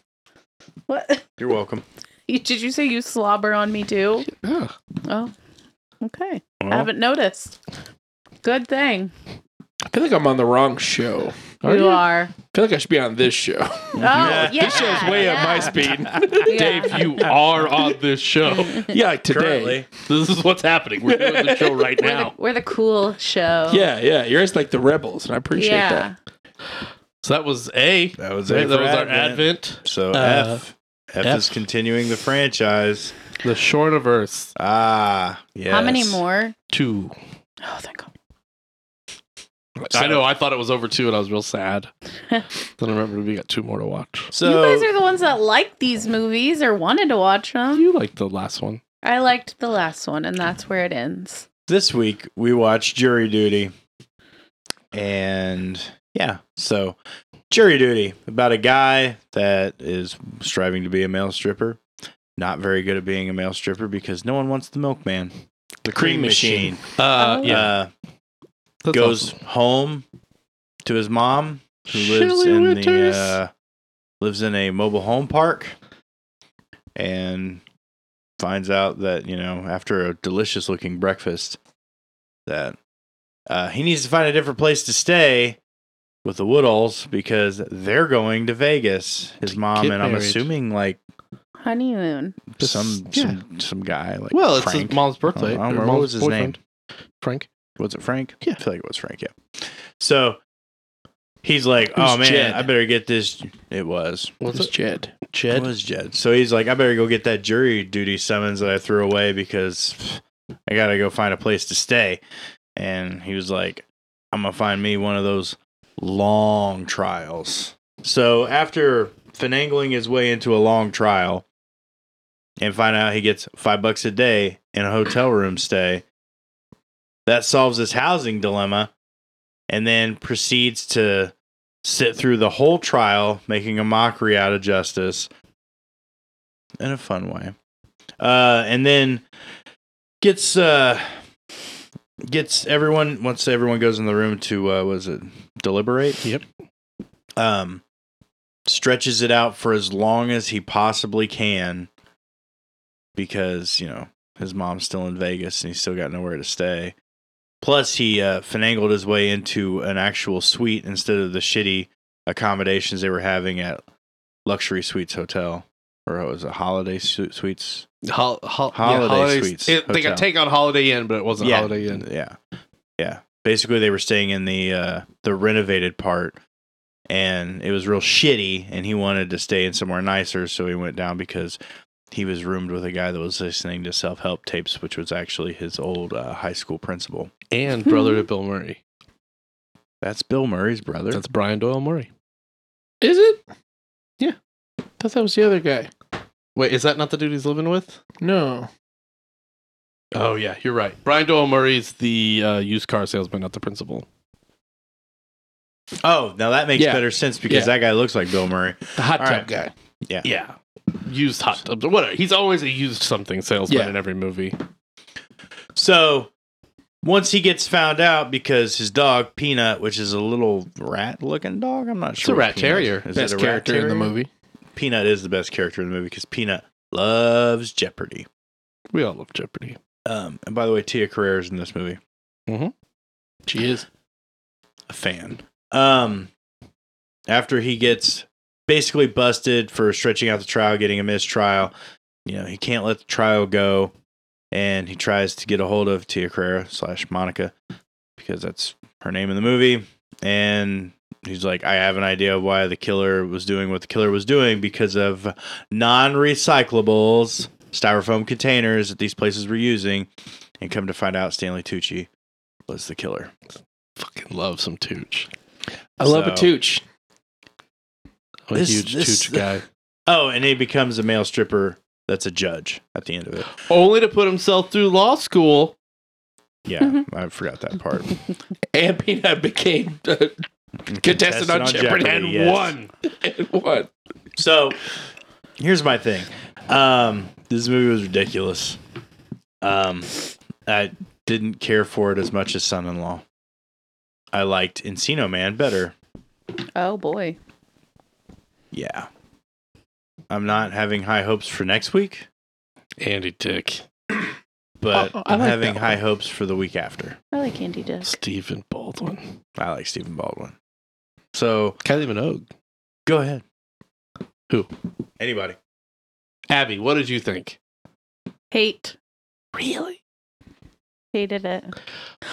B: What?
A: You're welcome.
B: Did you say you slobber on me too?
C: Yeah.
B: Oh, okay. I
A: Well,
B: haven't noticed. Good thing.
D: I feel like I'm on the wrong show.
C: Are
B: you
C: you?
B: are.
D: I feel like I should be on this show.
B: Oh, yeah.
D: this show's way
B: yeah.
D: up my speed.
B: Yeah.
C: Dave, you are on this show.
D: yeah, like today.
A: currently,
C: this is what's happening. We're doing the show right
B: We're the,
C: now.
B: we're the cool show.
D: Yeah, yeah. You're just like the rebels, and I appreciate
B: Yeah.
C: So that was A.
A: that was
C: That
A: it.
C: was
A: for
C: our advent.
A: So
C: Uh,
A: F. F.
C: F.
A: is continuing the franchise.
C: The short of Earth
A: Ah, yes.
B: How many more?
C: two.
B: Oh, thank God.
C: I know. I thought it was over two, and I was real sad. then I remembered we got two more to watch.
A: So
B: you guys are the ones that liked these movies or wanted to watch them.
C: You liked the last one.
B: I liked the last one, and that's where it ends.
A: this week we watched Jury Duty. And yeah, so Jury Duty about a guy that is striving to be a male stripper. Not very good at being a male stripper because no one wants the milkman. The cream,
D: Cream machine.
A: machine,
C: Uh,
B: Oh.
C: Yeah,
A: uh,
C: That's
A: goes
C: awesome.
A: home to his mom who lives
C: Shirley
A: in
C: Winters.
A: the uh, lives in a mobile home park and finds out that you know after a delicious looking breakfast that uh, he needs to find a different place to stay with the Woodalls because they're going to Vegas. His mom
C: get
A: and I'm
C: married.
A: assuming like
B: Honeymoon.
C: Just-
A: some
C: yeah.
A: some some guy like
C: Well, it's
A: Frank.
C: his mom's birthday.
A: I don't
C: Her
A: remember. What
C: mom's
A: was his
C: boyfriend.
A: name?
C: Frank.
A: Was it Frank?
C: Yeah.
A: I feel like it was Frank. Yeah. So he's like,
D: was
A: oh man,
D: Jed?
A: I better get this. It was.
D: that. It's Jed.
A: It
C: Jed.
A: was Jed. So he's like, I better go get that jury duty summons that I threw away because pff, I gotta go find a place to stay. And he was like, I'm gonna find me one of those long trials. So after finagling his way into a long trial and find out he gets five bucks a day in a hotel room stay, that solves his housing dilemma and then proceeds to sit through the whole trial, making a mockery out of justice in a fun way. Uh, and then gets uh, gets everyone once everyone goes in the room to uh, was it deliberate?
C: Yep.
A: Um, stretches it out for as long as he possibly can because, you know, his mom's still in Vegas and he's still got nowhere to stay. Plus, he uh, finagled his way into an actual suite instead of the shitty accommodations they were having at Luxury Suites Hotel. Or it was a Holiday Su- Suites.
C: Hol- hol-
A: Holiday
C: holidays-
A: Suites
C: It, they
A: Hotel.
C: got take on Holiday Inn, but it wasn't Holiday Inn.
A: Yeah. Yeah. Basically they were staying in the uh the renovated part and it was real shitty and he wanted to stay in somewhere nicer so he went down because he was roomed with a guy that was listening to self-help tapes which was actually his old uh, high school principal.
C: And brother to Bill Murray.
A: That's Bill Murray's brother.
C: That's Brian Doyle Murray. Is it? Yeah.
F: thought that was the other guy.
C: Wait, is that not the dude he's living with?
F: No.
C: Oh yeah, you're right. Brian Doyle Murray's the uh, used car salesman, not the principal.
A: oh, now that makes
F: Yeah.
A: better sense because
F: Yeah.
A: that guy looks like Bill Murray.
F: The hot
A: All right.
F: tub guy.
C: Yeah. Used hot tubs or whatever. He's always a used something salesman
F: Yeah.
C: in every movie.
A: So once he gets found out because his dog Peanut, which is a little rat-looking dog, I'm not
C: a
A: sure. what
C: rat
A: Peanut-
C: terrier.
A: Is
F: Best
A: it a rat
F: character in the
A: terrier?
F: movie.
A: Peanut is the best character in the movie because Peanut loves Jeopardy.
C: We all love Jeopardy.
A: Um, and by the way, Tia Carrere is in this movie.
F: She is.
A: A fan. Um, after he gets basically busted for stretching out the trial, getting a mistrial, you know, he can't let the trial go, and he tries to get a hold of Tia Carrere slash Monica because that's her name in the movie, and. He's like, I have an idea of why the killer was doing what the killer was doing because of non recyclables, styrofoam containers that these places were using. And come to find out, Stanley Tucci was the killer.
C: Fucking love some Tooch.
F: I love a
A: So-
F: tooch.
C: I'm a
A: This-
C: huge
A: this-
C: Tooch guy.
A: Oh, and he becomes a male stripper that's a judge at the end of it.
C: Only to put himself through law school.
A: Yeah,
F: Mm-hmm.
A: I forgot that part.
F: And Peanut became uh, contestant on Jeopardy
A: Jeopardy, yes.
F: and won.
A: So here's my thing. Um, this movie was ridiculous. Um, I didn't care for it as much as Son in Law. I liked Encino Man better.
B: Oh boy.
A: Yeah. I'm not having high hopes for next week,
C: Andy Dick.
A: but
F: Oh, I
A: I'm
F: like
A: having
F: that
A: high hopes for the week after.
B: I like Andy Dick.
C: Stephen Baldwin.
A: I like Stephen Baldwin. So
C: Kylie Minogue.
A: go ahead.
C: Who?
A: Anybody.
C: Abby, what did you think?
B: Hate.
C: Really?
B: Hated it.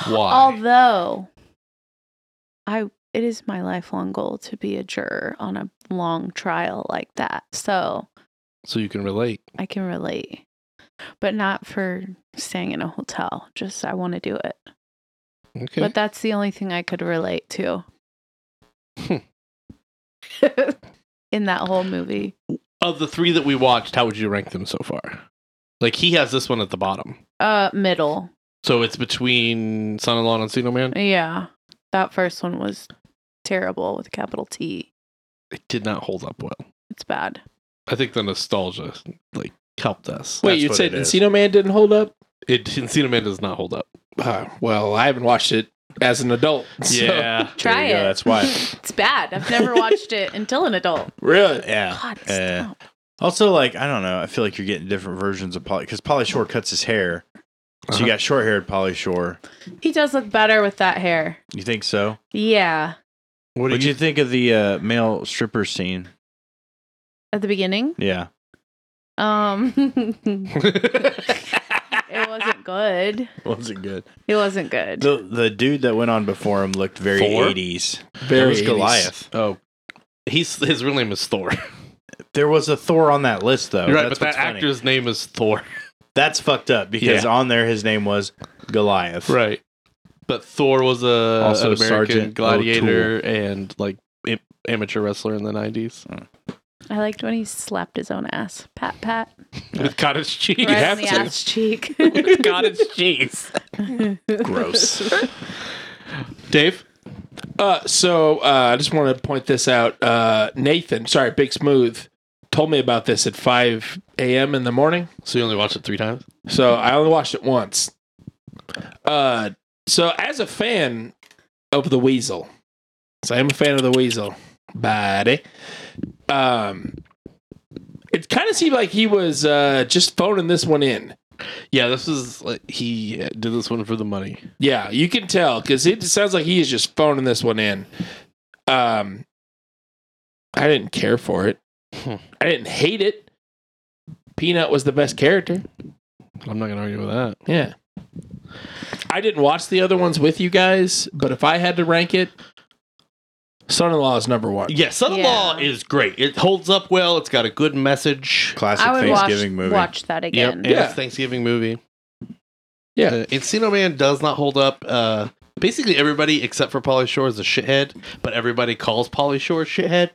C: Why?
B: Although I it is my lifelong goal to be a juror on a long trial like that. So
C: so you can relate.
B: I can relate. But not for staying in a hotel. Just I want to do it.
C: Okay.
B: But that's the only thing I could relate to.
C: Hmm.
B: in that whole movie.
C: of the three that we watched, how would you rank them so far? Like he has this one at the bottom.
B: Uh middle.
C: So it's between Son in Law and Encino Man.
B: Yeah. That first one was terrible with a capital T.
C: It did not hold up well.
B: It's bad.
C: I think the nostalgia like helped us.
F: Wait,
A: That's
F: you
A: what
F: said
A: it is.
F: Encino Man didn't hold up?
C: It Encino Man does not hold up. Ah,
F: Uh, well, I haven't watched it as an adult. so-
B: Try
A: you go,
B: it.
A: that's why.
B: it's bad. I've never watched it until an adult.
F: Really?
A: Yeah.
C: Uh,
B: God,
A: Yeah.
B: stop.
A: Also, like I don't know, I feel like you're getting different versions of Polly because Polly Shore cuts his hair,
C: Uh-huh.
A: so you got short-haired Polly Shore.
B: He does look better with that hair.
A: You think so?
B: Yeah.
A: What did you, think of the uh, male stripper scene?
B: At the beginning.
A: Yeah,
B: Um It wasn't good.
A: was it good?
B: It wasn't good.
A: The the dude that went on before him looked very
C: Thor?
A: 80s.
F: Very
A: was
F: 80s.
A: Goliath.
F: Oh,
C: He's his real name is Thor.
A: There was a Thor on that list though.
C: You're right,
A: That's
C: but that
A: what's funny.
C: actor's name is Thor.
A: That's fucked up because
C: Yeah.
A: on there his name was Goliath.
C: Right. But Thor was a
A: Also
C: an American
A: Sergeant
C: gladiator and like am- amateur wrestler in the 90s
B: I liked when he slapped his own ass. Pat pat.
C: with cottage cheese.
B: right
F: have
B: on the
F: to.
B: ass cheek.
C: with cottage cheese.
A: Gross.
C: Dave,
F: Uh, so uh, I just want to point this out. Uh, Nathan, sorry, Big Smooth, told me about this at 5 a.m. in the morning.
C: so you only watched it 3 times?
F: So I only watched it once. Uh, so as a fan of the Weasel, so I am a fan of the Weasel, buddy. um, it kind of seemed like he was uh, just phoning this one in.
C: Yeah, this was like he did this one for the money.
F: Yeah, you can tell because it sounds like he is just phoning this one in. Um, I didn't care for it.
C: Hmm.
F: I didn't hate it. Peanut was the best character.
C: I'm not gonna argue with that.
F: Yeah. I didn't watch the other ones with you guys, but if I had to rank it, Son-in-Law is number one.
C: Yeah, Son-in-Law
B: Yeah.
C: is great. It holds up well. It's got a good message.
A: Classic
B: I would
A: Thanksgiving
B: watch,
A: movie.
B: watch that
C: Yep,
B: again.
C: and
F: Yeah.
C: it's a Thanksgiving movie.
F: Yeah.
C: Uh, Encino Man does not hold up. Uh, basically, everybody except for Polly Shore is a shithead, but everybody calls Polly Shore a shithead.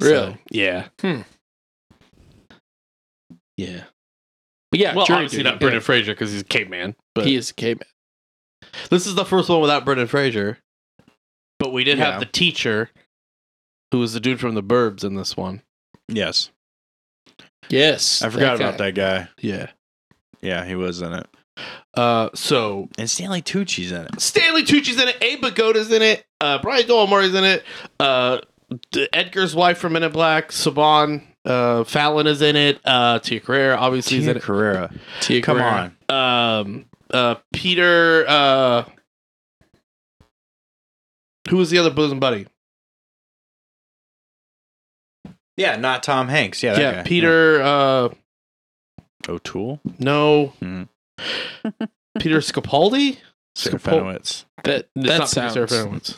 F: Really?
C: So, yeah.
F: Hmm.
C: Yeah.
F: But yeah,
C: well,
F: jury
C: obviously
F: duty,
C: not Brendan Fraser because he's a caveman.
F: yeah.
C: But
F: He is a caveman.
C: this is the first one without Brendan Fraser. But we did
A: Yeah.
C: have the teacher, who was the dude from the Burbs in this one.
A: Yes.
F: Yes.
A: I forgot
F: guy.
A: about that guy.
C: Yeah.
A: Yeah, he was in it.
C: Uh, so
A: And Stanley Tucci's in it.
C: Stanley Tucci's in it. Abe Pagoda's in it. Uh, Brian Doyle Murray's in it. Uh, D- Edgar's wife from Men in Black. Saban. Uh, Fallon is in it. Uh, Tia Carrere obviously is in
A: Tia
C: it.
A: Carrera.
F: Tia
A: Come
F: Carrere.
A: on.
C: Um, uh, Peter. Uh, who was the other bosom buddy?
A: Yeah, not Tom Hanks. Yeah, that
C: yeah,
A: guy.
C: Peter. Uh,
A: Yeah. O'Toole.
C: no,
A: Mhm.
C: Peter Scapaldi.
A: Sarah
C: Scapol-
A: Fenowitz.
F: That, that sounds.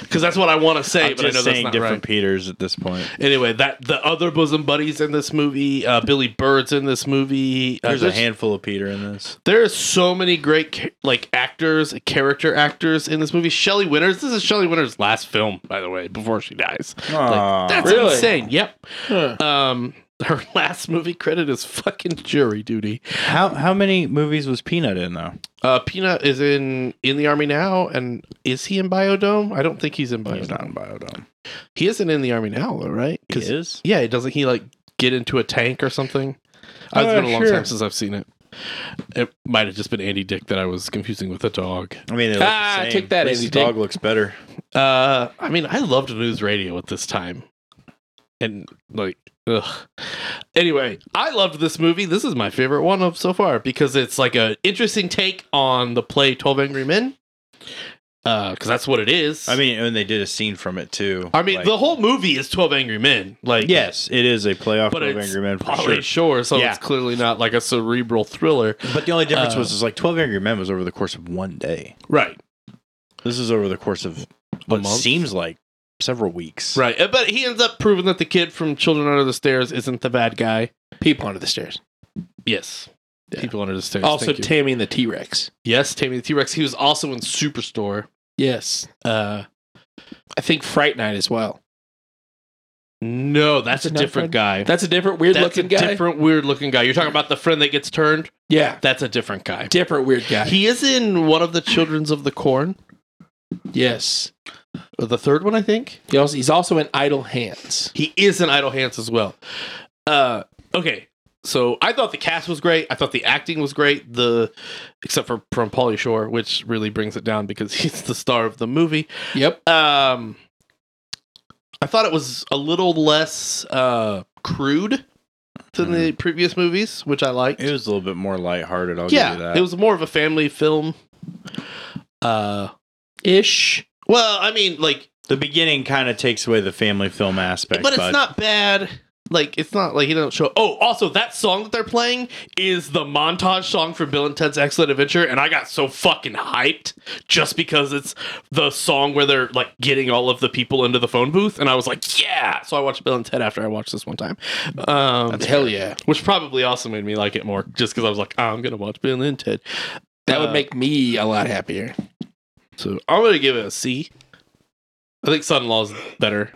C: because that's what I want to say,
A: I'm
C: but I
A: just
C: know that's
A: saying
C: not
A: different
C: right.
A: Peters at this point.
C: Anyway, that the other bosom buddies in this movie, uh, Billy Bird's in this movie. Uh,
A: There's a handful of Peter in this.
C: There's so many great ca- like actors, character actors in this movie. Shelley Winters. This is Shelley Winters' last film, by the way, before she dies.
A: Aw.
C: That's
F: Really?
C: insane. Yep.
F: Huh.
C: Um, her last movie credit is fucking jury duty.
A: How how many movies was Peanut in though?
C: Uh, Peanut is in in the army now, and is he in Biodome? I don't think he's in Biodome.
A: in Biodome.
C: He isn't in the army now, though, right?
A: He
C: 'Cause-
A: is.
C: Yeah, doesn't he like get into a tank or something? Uh, it's
A: Oh,
C: been a long
A: sure.
C: time since I've seen it. It might have just been Andy Dick that I was confusing with a dog.
A: I mean, they look
F: Ah,
A: the same.
F: take that,
A: At least
F: Andy
A: the dog
F: Dick.
A: looks better.
C: Uh, I mean, I loved news radio at this time, and like, ugh. Anyway, I loved this movie. This is my favorite one of so far because it's like a interesting take on the play Twelve Angry Men. Uh, because that's what it is.
A: I mean, and they did a scene from it too.
C: I mean,
A: Like,
C: the whole movie is Twelve Angry Men. Like,
A: yes, it is a playoff
C: But
A: of
C: it's
A: Angry Men for
C: Polly
A: sure.
C: Shore. So
A: Yeah.
C: it's clearly not like a cerebral thriller,
A: But the only difference
C: Uh,
A: was is like Twelve Angry Men was over the course of one day.
C: right?
A: This is over the course of what
C: month?
A: seems like several weeks.
C: Right. Uh, But he ends up proving that the kid from Children Under the Stairs isn't the bad guy.
F: People under the stairs.
C: Yes.
F: Yeah.
C: People Under the Stairs.
F: Also,
C: thank you.
F: Tammy and the T Rex.
C: yes, Tammy the T Rex. He was also in Superstore.
F: Yes.
C: Uh,
F: I think Fright Night as well.
C: no, that's a
F: Is it not
C: different
F: Fred?
C: guy.
F: That's a different weird
C: That's a
F: looking guy.
C: different weird looking guy. You're talking about the friend that gets turned.
F: yeah.
C: That's a different guy.
F: Different weird guy.
C: He is in one of the Childrens of the Corn,
F: yes.
C: or the third one, I think.
F: He also, he's also in Idle Hands.
C: He is in Idle Hands as well. Uh, okay, so I thought the cast was great. I thought the acting was great. The except for from Pauly Shore, which really brings it down because he's the star of the movie.
F: Yep.
C: Um, I thought it was a little less uh, crude than the previous movies, which I liked.
A: Mm-hmm. It was a little bit more lighthearted. I'll give you
C: yeah,
A: that.
C: it was more of a family film. Uh, ish. Well, I mean, like
A: the beginning kind of takes away the family film aspect,
C: but it's not bad. Like it's not like he doesn't show. Oh, also that song that they're playing is the montage song from Bill and Ted's Excellent Adventure, and I got so fucking hyped just because it's the song where they're like getting all of the people into the phone booth, and I was like, yeah. So I watched Bill and Ted after I watched this one time, um,
F: Hell yeah.
C: which probably also made me like it more, just because I was like, I'm gonna watch Bill and Ted.
F: That
C: Uh,
F: would make me a lot happier.
C: So I'm gonna give it a C. I think Son-in-Law's better.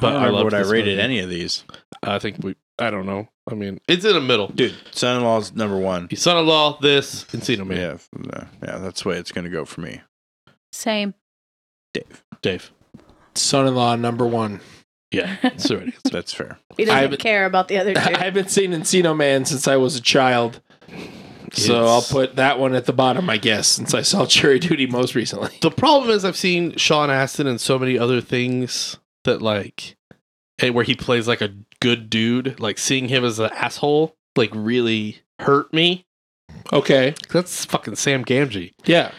A: But I don't remember
C: loved
A: what I
C: this
A: rated
C: movie.
A: any of these.
C: I think we. I don't know. I mean, it's in the middle.
A: Dude, son-in-law's number one.
C: Your son-in-law, this Encino Man,
A: Yeah, from there. yeah, that's the way it's gonna go for me.
B: Same.
C: Dave.
F: Son in law number one.
C: Yeah, it's already.
A: That's fair.
B: He
F: I
B: doesn't
F: haven't-
B: care about the other two.
F: I haven't seen Encino Man since I was a child. So I'll put that one at the bottom, I guess, since I saw Jury Duty most recently.
C: The problem is, I've seen Sean Astin and so many other things that like and where he plays like a good dude. Like seeing him as an asshole, like really hurt me.
F: Okay.
C: That's fucking Sam Gamgee.
F: Yeah.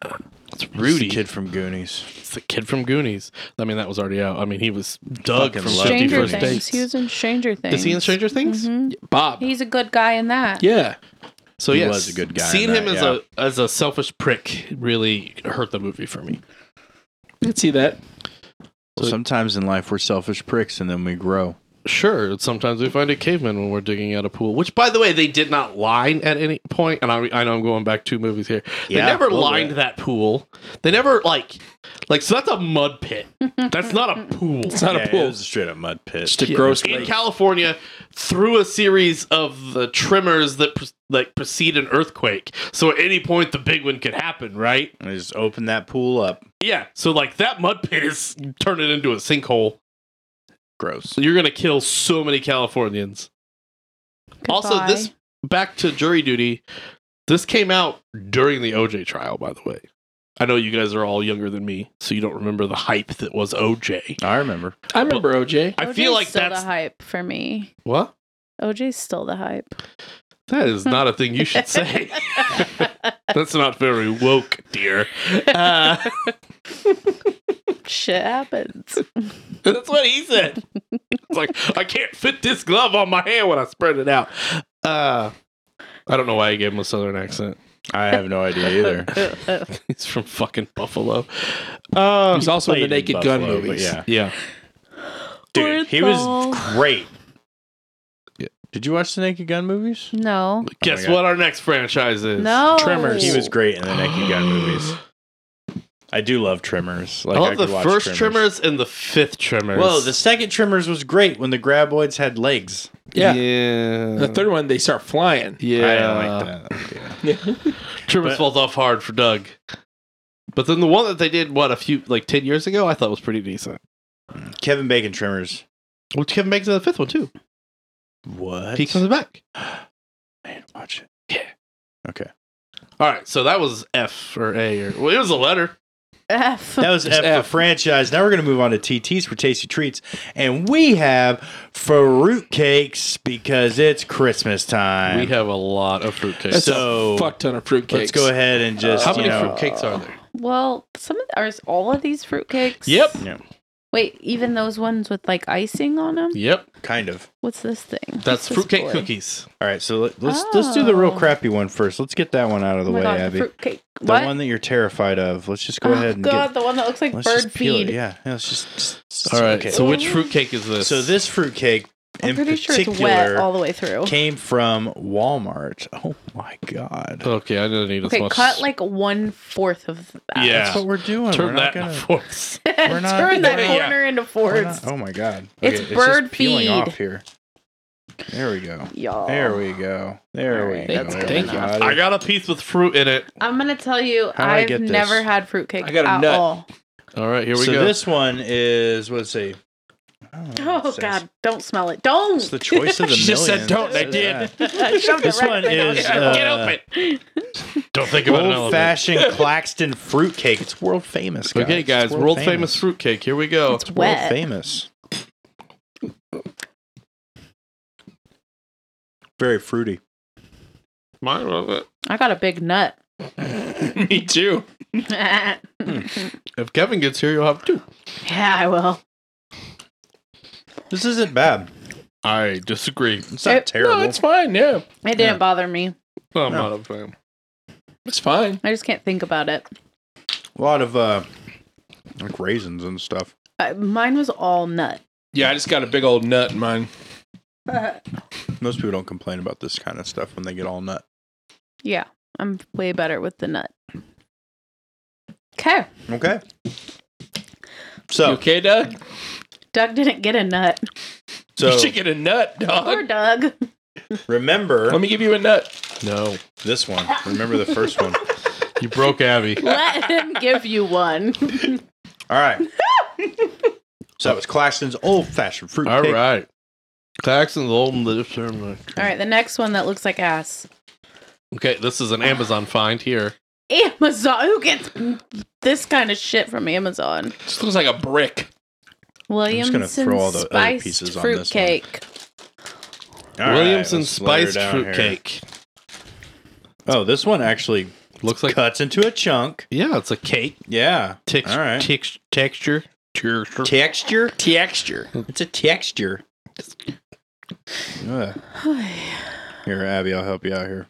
C: That's
A: Rudy,
C: Rudy.
A: kid from Goonies.
C: It's the kid from Goonies. I mean, that was already out. I mean, he was Doug
A: Fucking
C: from
A: love
C: Fifty
B: Stranger
C: First
A: Goonies.
B: Things.
C: Dates.
B: He was in Stranger Things.
C: Is he in Stranger Things?
B: Mhm.
F: Bob.
B: He's a good guy in that.
F: Yeah.
C: So
A: He
C: yes,
A: was a good guy in
C: Seeing
A: that,
C: him as
A: yeah.
C: a as a selfish prick really hurt the movie for me.
F: I can see that.
A: Well, sometimes in life we're selfish pricks, and then we grow.
C: Sure, sometimes we find a caveman when we're digging out a pool. Which, by the way, they did not line at any point. And I, I know I'm going back two movies here.
A: Yeah,
C: they never
A: well,
C: lined
A: yeah.
C: that pool. They never like like so that's a mud pit. That's not a pool.
F: It's not a pool.
A: It was a straight up mud pit.
F: Just a gross
C: in
F: lake.
C: California through a series of the tremors that pre- like precede an earthquake. So at any point the big one could happen, right?
A: And they just open that pool up.
C: Yeah. So like that mud pit is turn it into a sinkhole.
A: Gross.
C: So you're gonna kill so many Californians. Also,
B: Goodbye.
C: this back to jury duty. This came out during the OJ trial, by the way. I know you guys are all younger than me, so you don't remember the hype that was OJ.
A: I remember.
F: I remember OJ.
C: I
B: OJ's
C: feel like
B: still
C: that's
B: the hype for me.
C: what?
B: OJ's still the hype.
C: That is not a thing you should say. That's not very woke, dear. Uh,
B: Shit happens.
C: That's what he said. It's like I can't fit this glove on my hand when I spread it out. Uh, I don't know why I gave him a southern accent.
A: I have no idea either.
C: He's from fucking Buffalo. Um,
F: He's also in the
A: Played
F: Naked Gun
A: Buffalo, but
F: movies.
A: Yeah,
C: yeah.
A: dude, he was
B: Wurzel.
A: great. Did you watch the Naked Gun movies?
B: No.
C: Guess
A: Oh God.
C: what our next franchise is?
B: No.
F: Tremors.
A: He
B: Oh.
A: was great in the Naked Gun movies. I do love Trimmers. Like
C: I love Oh, the
A: could watch
C: first trimmers. and the fifth trimmers.
A: Whoa, the second Trimmers was great when the graboids had legs.
F: Yeah.
C: yeah.
F: The third one, they start flying.
C: yeah.
A: I didn't like that.
C: Trimmers
A: But-
C: falls off hard for Doug. But then the one that they did what a few like ten years ago, I thought was pretty decent.
A: Kevin Bacon Trimmers.
C: Well, Kevin makes the fifth one too.
A: What?
C: He comes back.
A: Man, watch it.
C: All right, so that was F or A or well, it was a letter.
B: F.
A: That was
F: It's
A: F,
F: F.
A: for franchise. Now we're going to move on to TTs for tasty treats. And we have fruit cakes because it's Christmas time.
C: We have a lot of fruitcakes.
F: That's
A: So-
F: a fuck ton of fruitcakes.
A: Let's go ahead and just.
C: How
A: you
C: many
A: know, uh,
C: fruitcakes are there?
B: Well, some of are all of these fruitcakes.
C: Yep.
B: Wait, even those ones with like icing on them.
C: Yep.
A: Kind of.
B: What's this thing?
C: That's
B: What's this
C: fruitcake
B: boy?
C: cookies.
A: All right, so let, let's let's do the real
B: Oh.
A: crappy one first. Let's get that one out of
B: Oh
A: the
B: my
A: way,
B: god,
A: Abby.
B: the fruitcake.
A: The
B: what?
A: one that you're terrified of. Let's just go
B: oh
A: ahead and
B: god,
A: get.
B: the one that looks like
A: Let's
B: bird
A: just peel
B: feed.
A: it. Yeah. yeah, let's just- just- just-
C: All right.
A: okay.
C: So which fruitcake is this?
A: So this fruitcake
B: I'm
A: in
B: pretty sure it's
A: particular
B: wet all the way through.
A: came from Walmart. Oh my god.
C: Okay, I didn't need as
B: Okay,
C: much.
B: cut like one fourth of that.
C: Yeah.
A: That's what we're doing. we're
C: turn
A: not
C: that
A: gonna.
C: into force.
A: We're not-
B: Turn that
C: Yeah.
B: corner into
A: we're
B: fours.
A: not- oh my god.
B: It's
A: just
B: bird
A: peeling
B: feed.
A: off here. There we go.
B: Y'all.
A: There we go. There we
B: Alright,
A: go.
B: that's
A: There
B: good
A: we
B: enough.
A: got
C: I
A: it.
C: got a piece with fruit in it.
B: I'm gonna tell you,
A: How do I
B: I've
A: get this? Oh,
B: never had fruitcake
F: I got a
B: at
F: nut.
B: all.
C: All right, here we
A: so
C: go.
A: this one is let's see. I don't know what
B: Oh
A: it says.
B: god, don't smell it. Don't.
A: It's the choice of the
F: She just said
A: millions.
F: don't, and I
A: It says
F: did.
A: that.
B: I shoved it
A: This
B: right
A: one
B: in my
A: is
B: nose.
A: uh,
C: Get open. Don't think about it.
A: old fashioned Claxton fruitcake. It's world famous. Guys.
C: Okay, guys,
A: It's
C: world, famous fruitcake. Here we go.
B: It's
A: uh, World
B: wet.
A: famous. Very fruity.
C: Mine was it.
B: I got a big nut.
F: Me too.
B: yeah,
C: If Kevin gets here, you'll have two.
B: I will.
A: This isn't bad.
C: I disagree.
A: It's not
B: It-
A: terrible.
F: No, it's fine. Yeah.
B: It didn't bother me.
C: I'm
A: No.
C: not a fan.
F: It's fine.
B: I just can't think about it.
A: a lot of uh, like raisins and stuff.
B: Uh, mine was all nut.
F: Yeah, I just got a big old nut in mine.
A: Most people don't complain about this kind of stuff when they get all nut.
B: Yeah, I'm way better with the nut. Okay,
A: Okay.
F: You
A: So,
F: okay, Doug?
B: Doug didn't get a nut.
A: so
F: you should get a nut,
A: Oh.
B: Poor
F: dog.
B: Doug.
A: remember
F: Let me give you a nut.
C: No.
A: this one. Remember the first one.
C: You broke Abby.
B: Let him give you one.
A: All right. So that was Claxton's old fashioned
C: All
A: fruitcake.
C: right. Claxton's old and lives here.
B: All right, the next one that looks like ass.
C: Okay, this is an Amazon find here.
B: Amazon. Who gets this kind of shit from Amazon?
F: This looks like a brick.
B: Williamson
A: gonna throw all the other
B: spiced
A: pieces on this one.
B: fruitcake.
A: All right,
C: Williamson
A: let's slow her
C: spiced
A: down here.
C: fruitcake.
A: Oh, this one actually
C: Looks like
A: cuts into a chunk.
C: yeah, it's a cake.
A: Yeah.
C: Tex-
A: All right.
C: tex- texture. Texture.
A: texture.
F: Texture.
A: It's a texture. Ugh. Here, Abby, I'll help you out here.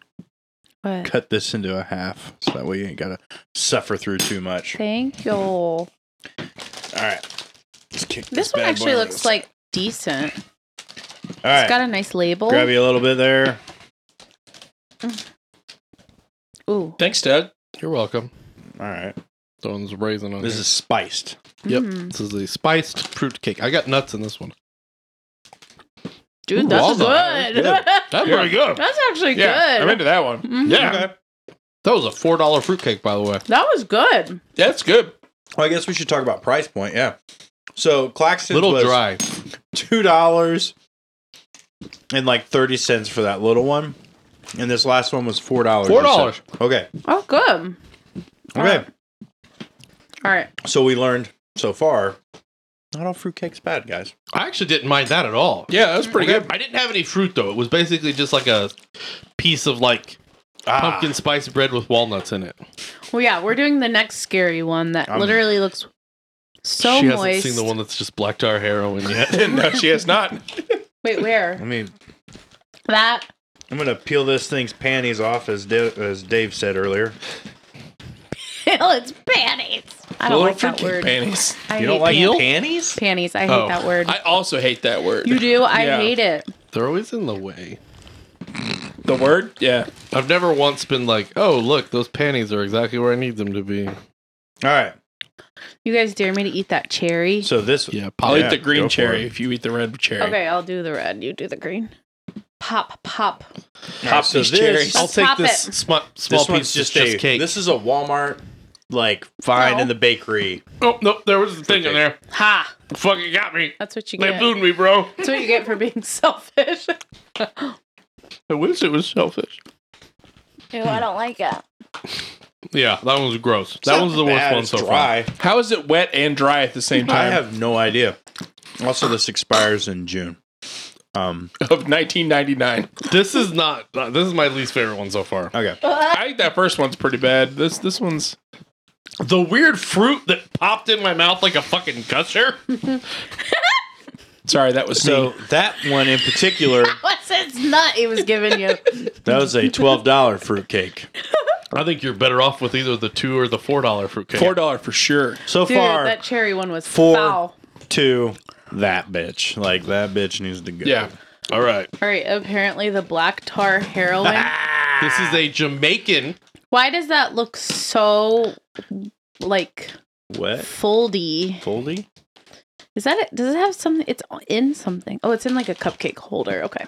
B: What?
A: Cut this into a half, so that way you ain't gotta suffer through too much. All
B: Thank you.
A: right. Let's kick
B: This
A: bad
B: one
A: boy
B: actually
A: loose.
B: looks like decent.
A: All
B: It's
A: right.
B: got a nice label.
A: Grab you a little bit there.
B: Ooh.
F: Thanks, Doug.
C: You're welcome.
A: All right.
C: That one's raisin on
A: This is spiced.
C: Yep.
B: Mm.
C: This is the spiced fruit cake. I got nuts in this one.
B: Dude,
C: Ooh,
B: that's
C: walnut.
B: good.
C: That's pretty good.
B: that's actually
D: Yeah,
B: good.
D: I'm into that one.
B: Mhm.
C: Yeah. That was a four dollar fruit cake, by the way.
B: That was good.
F: That's good.
A: Well, I guess we should talk about price point. Yeah. So Claxton's
C: Little
A: was
C: dry.
A: two dollars and like thirty cents for that little one, and this last one was four dollars.
C: $4.
A: Okay.
B: Oh, good.
A: Okay.
B: Alright. All right.
A: So we learned so far, not all fruitcake's bad, guys.
C: I actually didn't mind that at all.
F: Yeah, that was pretty
C: Okay.
F: good.
C: I didn't have any fruit though. It was basically just like a piece of like
A: Ah.
C: pumpkin spice bread with walnuts in it.
B: Well, yeah, we're doing the next scary one that
A: I'm-
B: literally looks so
C: she
B: moist.
C: hasn't seen the one that's just black tar heroin yet.
F: no, she has not.
B: Wait, where?
A: Let me.
B: That.
A: I'm gonna peel this thing's panties off, as Dave, as Dave said earlier.
B: Hell, it's panties. I don't like that word.
F: panties.
B: I
A: You don't
B: hate
A: like
B: pan-
A: panties?
B: panties. I hate
C: Oh,
B: that word.
F: I also hate that word.
B: you do? I
F: Yeah.
B: hate it.
C: They're always in the way.
F: The word? Yeah.
C: I've never once been like, oh look, those panties are exactly where I need them to be.
A: All right.
B: You guys dare me to eat that cherry?
A: So this.
C: Oh, Yeah,
F: I'll
C: pop.
A: Yeah,
F: eat the
A: go
F: green
A: for
F: cherry
A: it.
F: if you eat the red cherry.
B: okay, I'll do the red. You do the green. Pop, pop.
F: Pop
A: so
F: these
A: this-
F: cherries.
C: I'll
B: Let's
C: take
B: pop
C: this
B: it.
C: sma- small
A: This
C: piece
A: one's
C: just,
A: just,
C: just
A: a.
C: cake.
A: This is a Walmart like find
B: No.
A: in the bakery.
D: Oh no, there was a thing in there.
B: Ha!
D: Fucking got me.
B: That's what you
D: They
B: get.
D: booed me, bro.
B: That's what you get for being selfish.
D: I wish it was selfish.
B: Ew, I don't like it.
C: yeah, that one was gross. that one's the worst
A: Bad,
C: one
A: it's
C: so far.
A: dry.
F: How is it wet and dry at the same
A: I
F: time?
A: have no idea. Also, this expires in June. Um.
F: of 1999.
C: This is not. uh, This is my least favorite one so far.
A: Okay.
F: I think that first one's pretty bad. This this one's
C: The weird fruit that popped in my mouth like a fucking gusher.
F: sorry. That was
A: So
F: me.
A: that one in particular,
B: What's its nut he was giving you?
A: that was a twelve dollar fruitcake.
C: I think you're better off with either the two or the four dollar fruitcake.
F: Four dollar for sure.
A: So
B: Dude,
A: far,
B: that cherry one was
A: four.
B: foul.
A: to that bitch. Like that bitch needs to go.
C: Yeah. All right.
B: All right, apparently the black tar heroin.
C: This is a Jamaican.
B: Why does that look so like
A: What?
B: foldy?
A: Foldy?
B: Is that it? Does it have something? It's in something. Oh, it's in like a cupcake holder. Okay.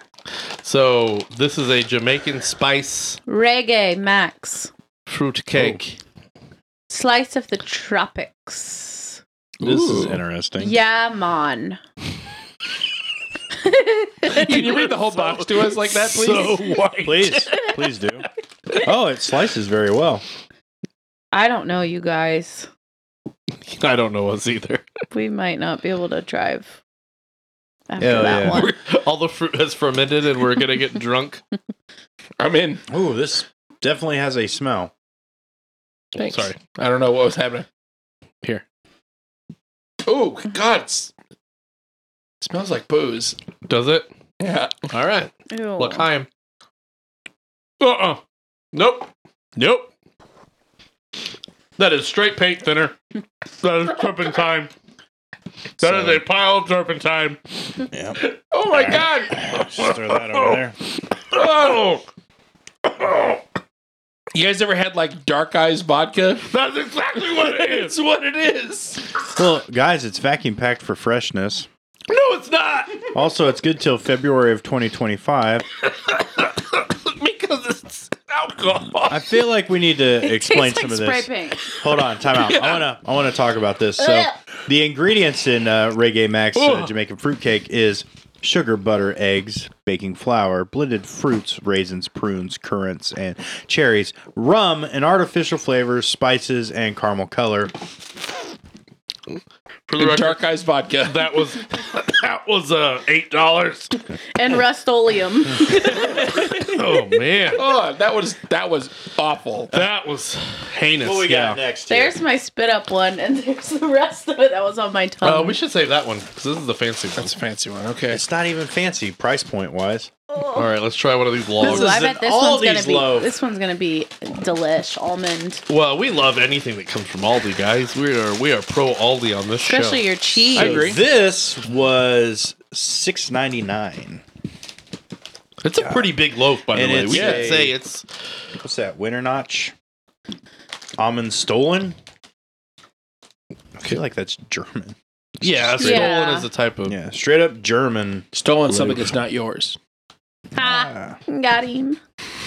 C: So this is a Jamaican spice
B: Reggae Max.
C: fruitcake.
B: Slice of the tropics.
A: This is
F: Ooh.
A: interesting.
B: Yeah, mon.
F: Can you read the whole box to us like that, please?
C: So white.
A: Please, please do. Oh, it slices very well.
B: I don't know, you guys.
C: I don't know us either.
B: We might not be able to drive after
A: Hell
B: that
A: yeah.
B: one.
C: All the fruit has fermented, and we're gonna get drunk.
F: I'm in.
A: Ooh, this definitely has a smell.
F: Thanks.
C: Sorry.
F: I don't know what was happening.
C: Here.
F: Oh God! it's- It smells like booze.
C: Does it?
F: Yeah.
C: All right.
B: Ew.
C: Look, I am. Uh uh Nope. Nope. That is straight paint thinner. That is turpentine. That is a pile of turpentine.
A: Yeah.
F: Oh my God!
A: Just throw that over there.
C: Oh,
F: You guys ever had like dark eyes vodka?
C: that's exactly what it is.
F: That's what it is.
A: Well, guys, it's vacuum packed for freshness.
C: No, it's not.
A: Also, it's good till February of 2025.
C: Because it's alcohol.
A: I feel like we need to
B: It
A: explain
B: tastes
A: some
B: like
A: of this.
B: spray paint.
A: Hold on, time out. I wanna I wanna talk about this. So
B: Ugh.
A: the ingredients in uh, Reggae Max uh,
C: Ugh.
A: Jamaican fruitcake is sugar, butter, eggs, baking flour, blended fruits, raisins, prunes, currants, and cherries, rum, and artificial flavors, spices, and caramel color.
C: For the record,
F: Dark Eyes Vodka.
C: that was that was uh eight dollars.
B: and Rust-Oleum.
C: Oh man,
F: oh, that was that was awful.
C: that was heinous.
A: What we got
C: Yeah.
A: next? here?
B: there's my spit up one, and there's the rest of it that was on my tongue.
C: Uh, we should save that one because this is the fancy one.
F: That's a fancy one. Okay.
A: It's not even fancy price point wise.
C: All right, let's try one of these logs.
B: Ooh, I
A: is
B: bet
A: an
B: this one's gonna
A: Aldi's
B: be
A: loaf.
B: this one's gonna be delish almond,
C: Well, we love anything that comes from Aldi, guys. We are we are pro Aldi on this
B: especially
C: show.
B: your cheese.
A: So This was six ninety nine.
C: It's a pretty big loaf, by
A: And
C: the way.
A: it's
C: We
A: a-
C: should say it's
A: What's that? Winter notch. Almond stolen. I feel like that's German.
C: yeah, stolen
B: Yeah.
C: is a type of
A: Yeah, straight up German.
F: Stolen
A: something
F: something
A: that's
F: that's not yours.
B: Ha!
A: Ah,
B: Got him.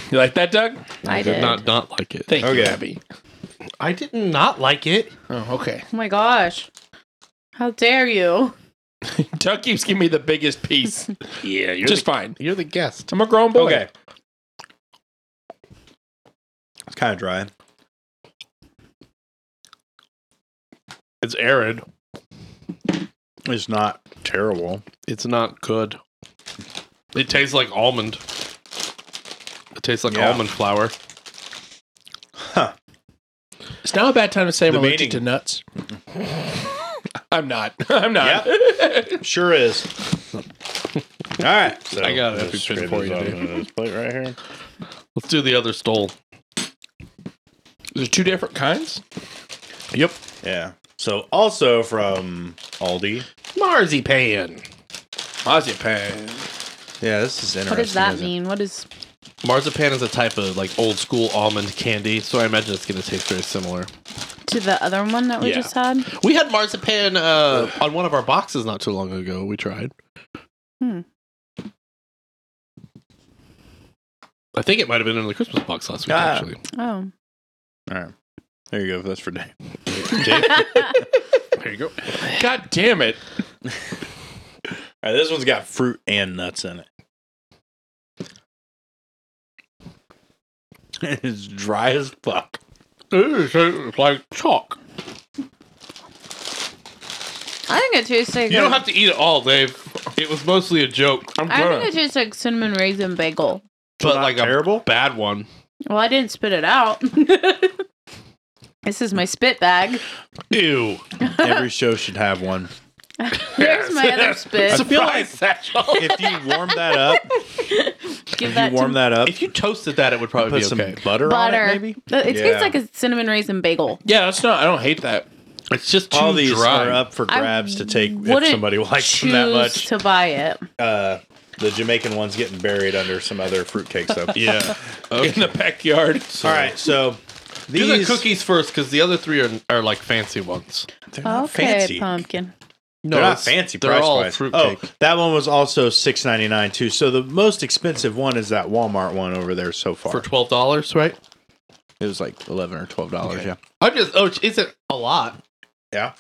F: You like that, Doug?
B: I
C: did
B: did.
C: not not like it.
F: Thank
A: Okay.
F: you, Abby.
C: I did not like it.
F: Oh, okay.
B: Oh my gosh! How dare you?
F: Doug keeps giving me the biggest piece.
C: Yeah, you're just
F: Just fine.
C: you're the guest.
F: I'm a grown boy.
A: okay. It's kind of dry.
C: It's arid.
A: It's not terrible.
C: It's not good. It tastes like almond. It tastes like
A: Yeah.
C: almond flour.
F: It's now a bad time to say I'm
A: The
F: allergic
A: meaning.
F: to nuts. I'm not. I'm not.
A: Sure is. All right. So
C: I got it.
A: just
C: Picture
A: scrape
C: for you,
A: this off
C: dude.
A: into this plate right here.
C: Let's do the other stole.
F: There's two different kinds.
C: Yep.
A: Yeah. So also from Aldi.
C: Marzipan.
F: Marzipan.
A: Yeah, this is interesting.
B: What does that
A: isn't it?
B: mean? What is?
C: Marzipan is a type of like old school almond candy, so I imagine it's going to taste very similar.
B: to the other one that we
C: Yeah.
B: just had.
C: We had marzipan uh, on one of our boxes not too long ago. We tried.
B: Hmm.
C: I think it might have been in the Christmas box last week.
A: Ah.
C: Actually,
B: Oh,
A: All right. There you go. That's for day.
C: there you go.
F: God damn it.
A: All right, this one's got fruit and nuts in it. it's dry as fuck.
C: It tastes like chalk.
B: I think it tastes like.
C: You don't
B: a-
C: have to eat it all, Dave. It was mostly a joke,
F: I'm
B: I
F: gonna.
B: think it tastes like cinnamon raisin bagel.
C: but like a
A: terrible?
C: bad one.
B: Well, I didn't spit it out. this is my spit bag.
C: Ew.
A: Every show should have one.
B: There's my other spit.
C: Surprise, Satchel.
A: If you warm that up,
B: Give
A: if
B: that
A: you warm
B: to
A: that up,
C: If you toasted that, it would
A: put
C: probably be
A: some
C: okay.
A: butter,
B: butter.
A: on it, maybe.
B: It tastes
A: Yeah.
B: like a cinnamon raisin bagel.
F: Yeah, that's not. I don't hate that.
C: It's just too
A: All these
C: dry.
A: are up for
B: I
A: grabs to take if
B: wouldn't
A: somebody likes them that
B: choose
A: much.
B: to buy it.
A: Uh, the Jamaican one's getting buried under some other fruitcake stuff.
C: Yeah.
F: In the backyard.
A: All right, so
C: Do the
A: these
C: cookies first, because the other three are, are like fancy ones.
A: they're not
B: Okay,
A: fancy.
B: pumpkin.
C: No,
A: They're not fancy
C: They're
A: price
C: all
A: wise.
C: fruitcake.
A: Oh, that one was also six ninety nine too. So the most expensive one is that Walmart one over there so far.
C: for twelve dollars, right?
A: it was like eleven or twelve dollars. Yeah.
C: I just oh, is it a lot
A: Yeah.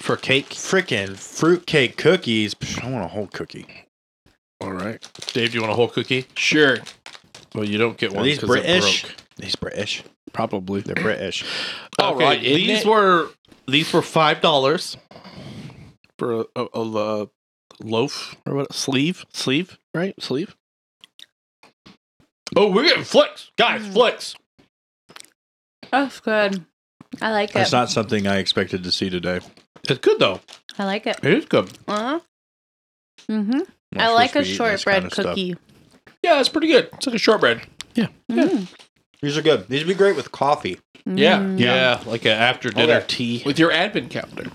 C: for cake?
A: Freaking fruitcake cookies. Psh, I want a whole cookie.
C: All right, Dave, do you want a whole cookie?
F: Sure.
C: Well, you don't get
A: Are
C: one.
A: these
C: 'cause it
A: British?
C: broke.
A: These British.
C: probably.
A: They're British.
F: All
C: okay,
F: right, isn't
C: these
F: it?
C: were these were five dollars for a, a, a, uh, loaf or what? Sleeve, sleeve, right? Sleeve. Oh, we're getting flicks, guys.
A: Hmm.
C: Flicks.
B: That's good. I like it.
A: That's not something I expected to see today.
C: It's good though.
B: I like it.
C: It is good.
B: Uh-huh. Mm-hmm.
A: We're
B: I like a
A: supposed to be eating this
B: shortbread
A: kind of stuff.
B: cookie.
F: Yeah, it's pretty good. It's like a shortbread.
B: Mm.
A: These are good. These would be great with coffee.
F: Yeah.
B: Mm.
C: Yeah, like an after dinner
A: Okay.
C: tea.
F: With your advent calendar.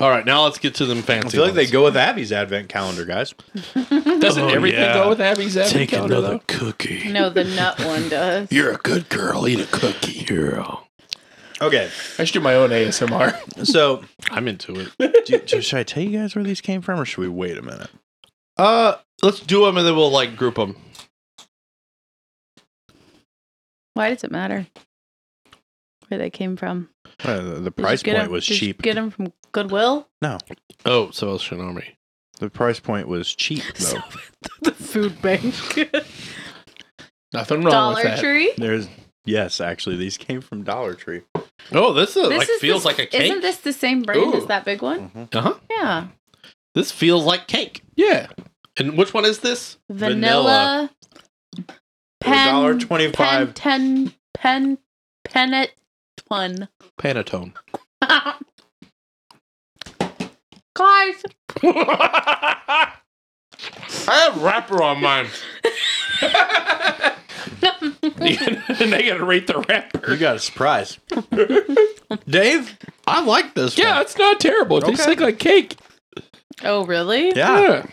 C: All right, now let's get to them
A: I
C: fancy.
A: feel like
C: ones.
A: they go with Abby's advent calendar, guys.
F: Doesn't
C: Oh,
F: everything
C: yeah.
F: go with Abby's advent calendar, though?
C: cookie.
B: No, the nut one does.
C: a good girl. Eat a cookie. Girl.
A: Okay,
F: I should do my own ASMR.
A: so
C: I'm into it.
A: do, do- should I tell you guys where these came from, or should we wait a minute?
C: Uh, let's do them and then we'll like group them.
B: Why does it matter where they came from?
A: Uh, the- the
B: Did you
A: price
B: get
A: point
B: 'em-
A: was
B: did you
A: cheap.
B: get them from Goodwill.
A: No,
C: Oh, so El Shinami.
A: the price point was cheap
B: So-
A: though.
B: the food bank.
F: Nothing wrong
B: Dollar
F: with that.
B: Tree.
A: There's Yes, actually, these came from Dollar Tree.
C: Oh, this is,
B: This
C: like
B: is
C: feels
B: this-
C: like a cake.
B: Isn't this the same brand as
C: Ooh.
B: that big one?
C: uh
A: Uh-huh.
C: huh.
B: Yeah.
C: This feels like cake.
F: Yeah.
C: And which one is this?
B: Vanilla. Pen.
A: $1.25.
B: Pen. Pen. Pen. Pen. One.
C: Panettone.
B: Guys,
C: I have wrapper on mine.
D: and they gotta rate the wrapper.
A: You got a surprise. Dave, I like this
F: Yeah,
A: one.
F: it's not terrible. It tastes
A: Okay. Ah.
F: like, like cake.
B: Oh, really?
A: Yeah.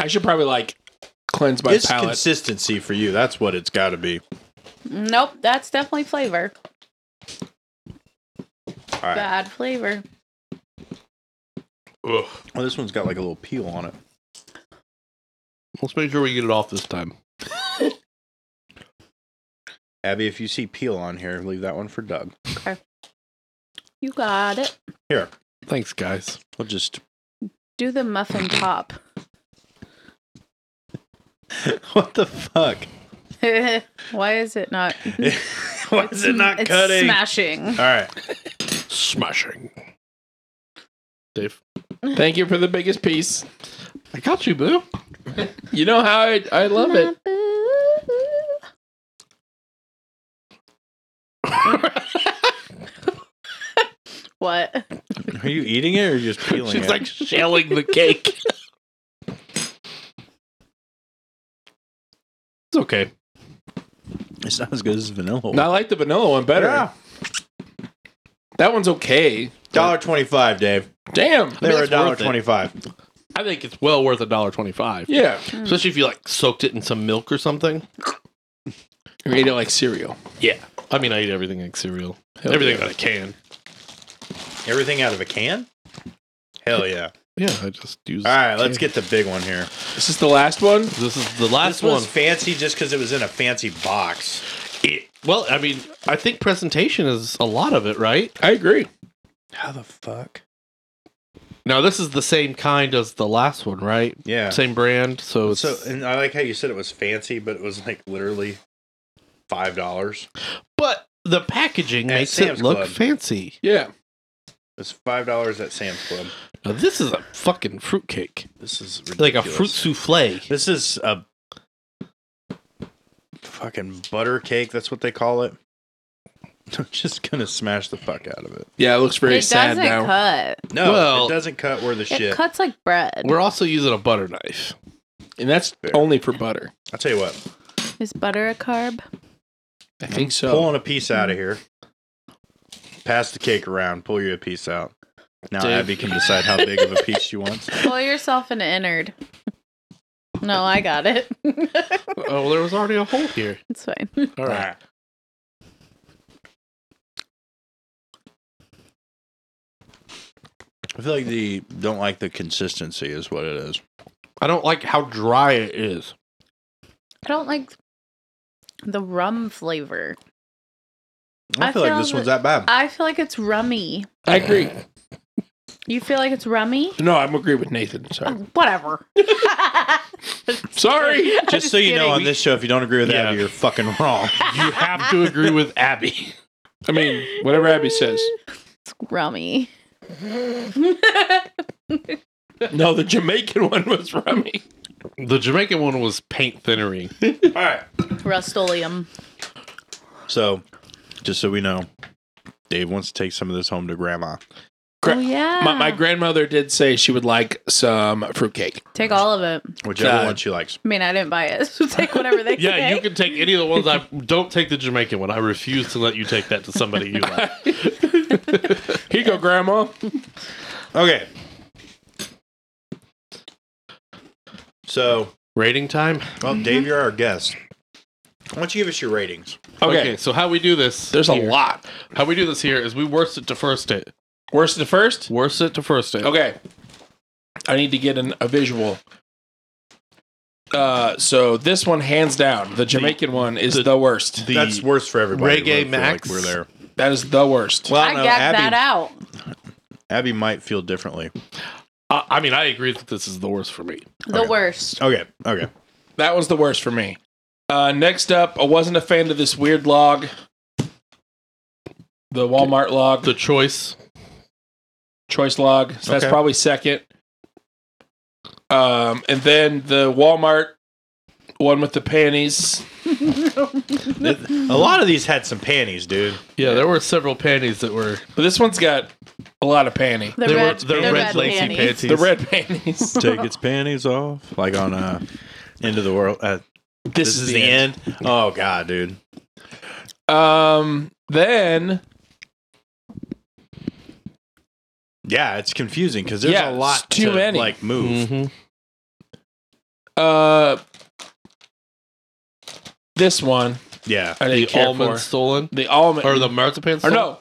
F: I should probably like cleanse my
A: It's
F: palate.
A: consistency for you. That's what it's got to be.
B: Nope, that's definitely flavor.
A: All right.
B: Bad flavor.
C: Ugh.
A: Well, this one's got like a little peel on it.
C: Let's make sure we get it off this time.
A: Abby, if you see peel on here, leave that one for Doug.
B: You got it.
A: Here,
C: Thanks, guys.
A: we'll just.
B: Do the muffin top.
A: what the fuck?
B: Why is it not?
A: Why is it not
B: it's
A: cutting?
B: Smashing.
A: All right.
C: Smashing. Dave.
F: Thank you for the biggest piece.
C: I got you, boo.
F: You know how I, I love it.
B: what?
A: Are you eating it or just peeling
C: She's
A: it?
C: like shelling the cake. it's okay.
A: it's not as good as vanilla.
F: And I like the vanilla one better.
A: Yeah.
F: That one's okay.
A: Dollar twenty-five, Dave.
F: Damn.
A: They were a
C: it's worth
A: dollar
C: it.
A: twenty-five.
C: I think it's well worth a dollar twenty-five.
F: Yeah.
C: Especially if you like soaked it in some milk or something.
F: We ate it like cereal.
C: Yeah. I mean, I eat everything like cereal.
F: Hell
C: everything
F: yeah.
C: that I can.
A: Everything out of a can. Hell yeah!
C: Yeah, I just use.
A: All right, let's get the big one here.
F: This is the last one.
C: This is the last
A: This one's
C: one.
A: fancy just because it was in a fancy box.
C: It- well, I mean, I think presentation is a lot of it, right?
F: I agree.
A: How the fuck?
C: Now, this is the same kind as the last one, right?
A: Yeah.
C: Same brand. So it's
A: So, and I like how you said it was fancy, but it was like literally five dollars.
C: But the packaging
A: At
C: makes
A: Sam's
C: it look
A: Club.
C: fancy.
F: Yeah.
A: It's five dollars at Sam's Club.
C: Now this is a fucking fruitcake.
A: This is
C: Like a
A: ridiculous.
C: fruit souffle.
A: This is a fucking butter cake. That's what they call it. I'm just gonna smash the fuck out of it.
F: Yeah, it looks very
B: it
F: sad
B: doesn't
F: now.
B: cut.
A: No,
C: Well-
A: it doesn't cut where the
B: It
A: shit.
B: cuts like bread.
C: We're also using a butter knife.
F: And that's only for butter.
A: I'll tell you what.
B: Is butter a carb?
F: I think so.
A: Pulling a piece out of here. Pass the cake around. Pull you a piece out. Now
C: Dave.
A: Abby can decide how big of a piece she wants.
B: Pull yourself an innard. No, I got it.
C: oh, well, there was already a hole here.
B: it's fine.
C: All right.
A: I feel like the don't like the consistency is what it is.
C: I don't like how dry it is.
B: I don't like the rum flavor.
A: I don't
B: I
A: feel like
B: feel
A: this one's that bad.
B: I feel like it's rummy.
F: I agree.
B: You feel like it's rummy?
F: No, I'm agree with Nathan. Sorry.
B: Whatever.
F: Sorry.
A: Just so you know, on
B: kidding.
A: this show, if you don't agree with
C: Yeah.
A: Abby, you're fucking wrong.
C: You have to agree with Abby.
F: I mean, whatever Abby says.
B: It's rummy.
F: No, the Jamaican one was rummy.
C: The Jamaican one was paint thinnery.
A: All right.
B: Rustoleum.
A: So, just so we know, Dave wants to take some of this home to Grandma.
F: Gra-
B: oh yeah.
F: My, my grandmother did say she would like some fruitcake.
B: take all of it.
A: Whichever
F: God.
A: one she likes.
B: I mean, I didn't buy it, so take whatever they
C: Yeah,
B: say.
C: you can take any of the ones. I don't take the Jamaican one. I refuse to let you take that to somebody you like.
F: Here you go, Grandma.
A: Okay. So,
C: Rating time.
A: well, Dave, you're our guest. Why don't you give us your ratings?
F: Okay.
C: so how we do this?
F: There's a
C: here-
F: lot.
C: How we do this here is we worst it to first it.
F: Worst of the first?
C: Worst it to first it.
F: Okay. I need to get an, a visual. Uh, so this one, hands down, the Jamaican one is the, worst.
C: The
A: That's worse for everybody.
C: Reggae
A: We feel
C: Max.
A: we're there.
F: that is the worst.
A: Well,
B: I
A: no,
B: got that
A: Abby,
B: out.
A: Abby might feel differently.
C: I, I mean, I agree that this is the worst for me.
B: The worst.
A: Okay. Okay.
F: That was the worst for me. Uh, next up, I wasn't a fan of this weird log, the Walmart log,
C: The
F: the
C: choice.
F: choice log. So that's
C: Okay.
F: probably second. Um, and then the Walmart one with the panties.
A: A lot of these had some panties, dude.
C: Yeah, there were several panties that were
F: But this one's got a lot of panty.
B: The
C: they
B: red, the
C: were the red,
B: red
C: lacy
B: panties.
C: panties.
F: The red panties.
A: Take its panties off, like on uh, end of the world. Uh,
F: this, is, the end.
A: end. Oh god, dude.
F: Um, then
A: Yeah, it's confusing because there's
F: Yeah,
A: a
F: it's
A: lot
F: too
A: to
F: many. Mm-hmm.
A: like move.
C: Mhm.
F: uh, this one
A: Yeah,
F: I didn't
C: The
F: care
C: almond
F: for.
C: stolen
F: The almond
C: or the marzipan?
F: or
C: Stolen?
F: no.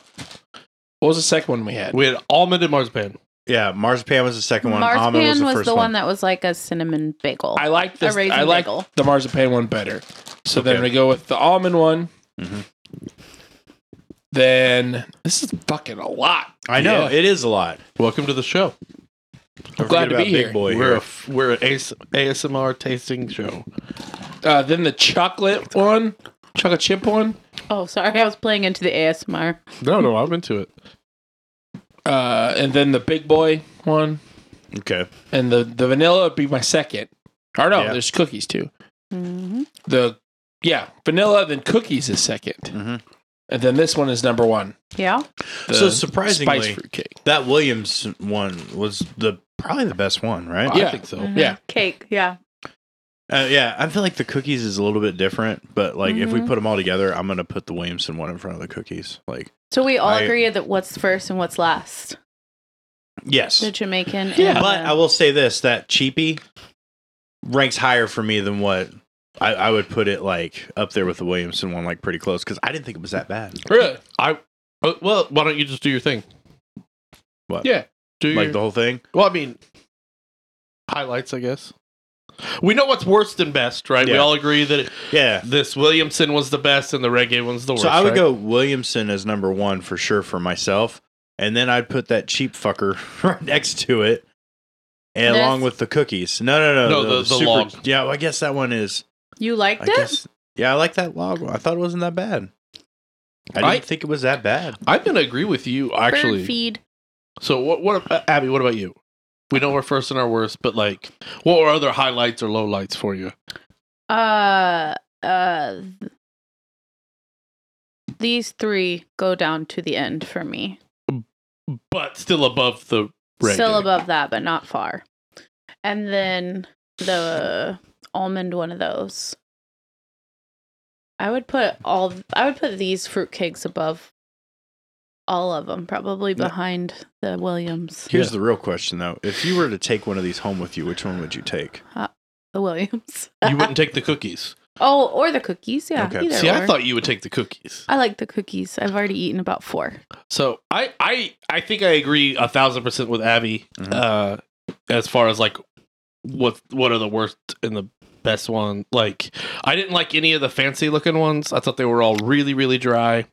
F: What was the second one we had?
C: we had almond and marzipan.
A: yeah. Marzipan was the second one. Almond
B: Marzipan
A: was the
B: was,
A: first
B: the one.
A: one.
B: that was like a cinnamon bagel.
F: I like this.
B: raisin
F: I like
B: bagel.
F: the marzipan one better. So
A: Okay.
F: then
A: Mm-hmm.
F: we go with the almond one. Then this is fucking a lot.
A: I know
C: Yeah.
A: it is a lot.
C: Welcome to the show.
A: I'm
F: glad to be here.
A: Big boy
C: we're
A: here.
C: a f- we're an AS- ASMR tasting show.
F: Uh, then the chocolate one, chocolate chip one.
B: oh, sorry, I was playing into the ASMR.
C: No, no, I'm into it.
F: Uh, and then the big boy one,
A: Okay,
F: and the the vanilla would be my second. Or no,
A: Yeah.
F: there's cookies too.
B: hmm
F: The yeah, vanilla then cookies is 2nd
A: Mhm.
F: and then this one is number one.
B: Yeah,
F: The
A: So surprisingly-
F: spice fruit cake.
A: that Williams one was the probably the best one, right?
F: Yeah.
C: I think so.
B: Mhm.
F: Yeah.
B: cake. Yeah,
A: Uh, yeah, I feel like the cookies is a little bit different, but like if we
B: Mhm.
A: put them all together, I'm gonna put the Williamson one in front of the cookies. Like,
B: So we all
A: I-
B: agree that what's first and what's last.
A: yes,
B: The Jamaican.
F: Yeah.
B: and
A: but
B: the-
A: I will say this: that cheapy ranks higher for me than what I, I would put it like up there with the Williamson one, like pretty close because I didn't think it was that bad.
F: Really?
C: I uh, well, why don't you just do your thing?
A: What?
C: Yeah, do
A: Like
C: your,
A: the whole thing.
C: Well, I mean, highlights, I guess. We know what's worst and best, right? We
A: Yeah.
C: all agree that it,
A: Yeah.
C: this Williamson was the best and the reggae one's the worst.
A: So I would
C: right?
A: go Williamson as number one for sure for myself, and then I'd put that cheap fucker right next to it, and
B: This?
A: along with the cookies. No, no, no,
C: No, the- the log.
A: Yeah, well, I guess that one is.
B: you liked
A: I
B: it.
A: guess. Yeah, I like that log. one. I thought it wasn't that bad. I didn't
C: I-
A: think it was that bad.
C: I'm gonna agree with you
B: Bird
C: actually.
B: feed.
C: So what? What uh, Abby? What about you? We know we're first and our worst, but like, what were other highlights or lowlights for you?
B: Uh, uh. These three go down to the end for me.
C: But still above the reggae.
B: Still above that, but not far. And then the almond one of those. I would put all. I would put these fruitcakes above all of them, probably behind the Williams.
A: Here's the real question though: If you were to take one of these home with you, which one would you take?
B: The Williams.
C: You wouldn't take the cookies.
B: Oh, or the cookies. Yeah.
A: Okay.
B: either
C: See, I
B: or.
C: thought you would take the cookies.
B: I like the cookies. I've already eaten about four.
C: So I I I think I agree a thousand percent with Abby
F: Mm-hmm.
A: Mhm.
C: uh, as far as like what what are the worst and the best one. Like I didn't like any of the fancy looking ones. I thought they were all really really dry.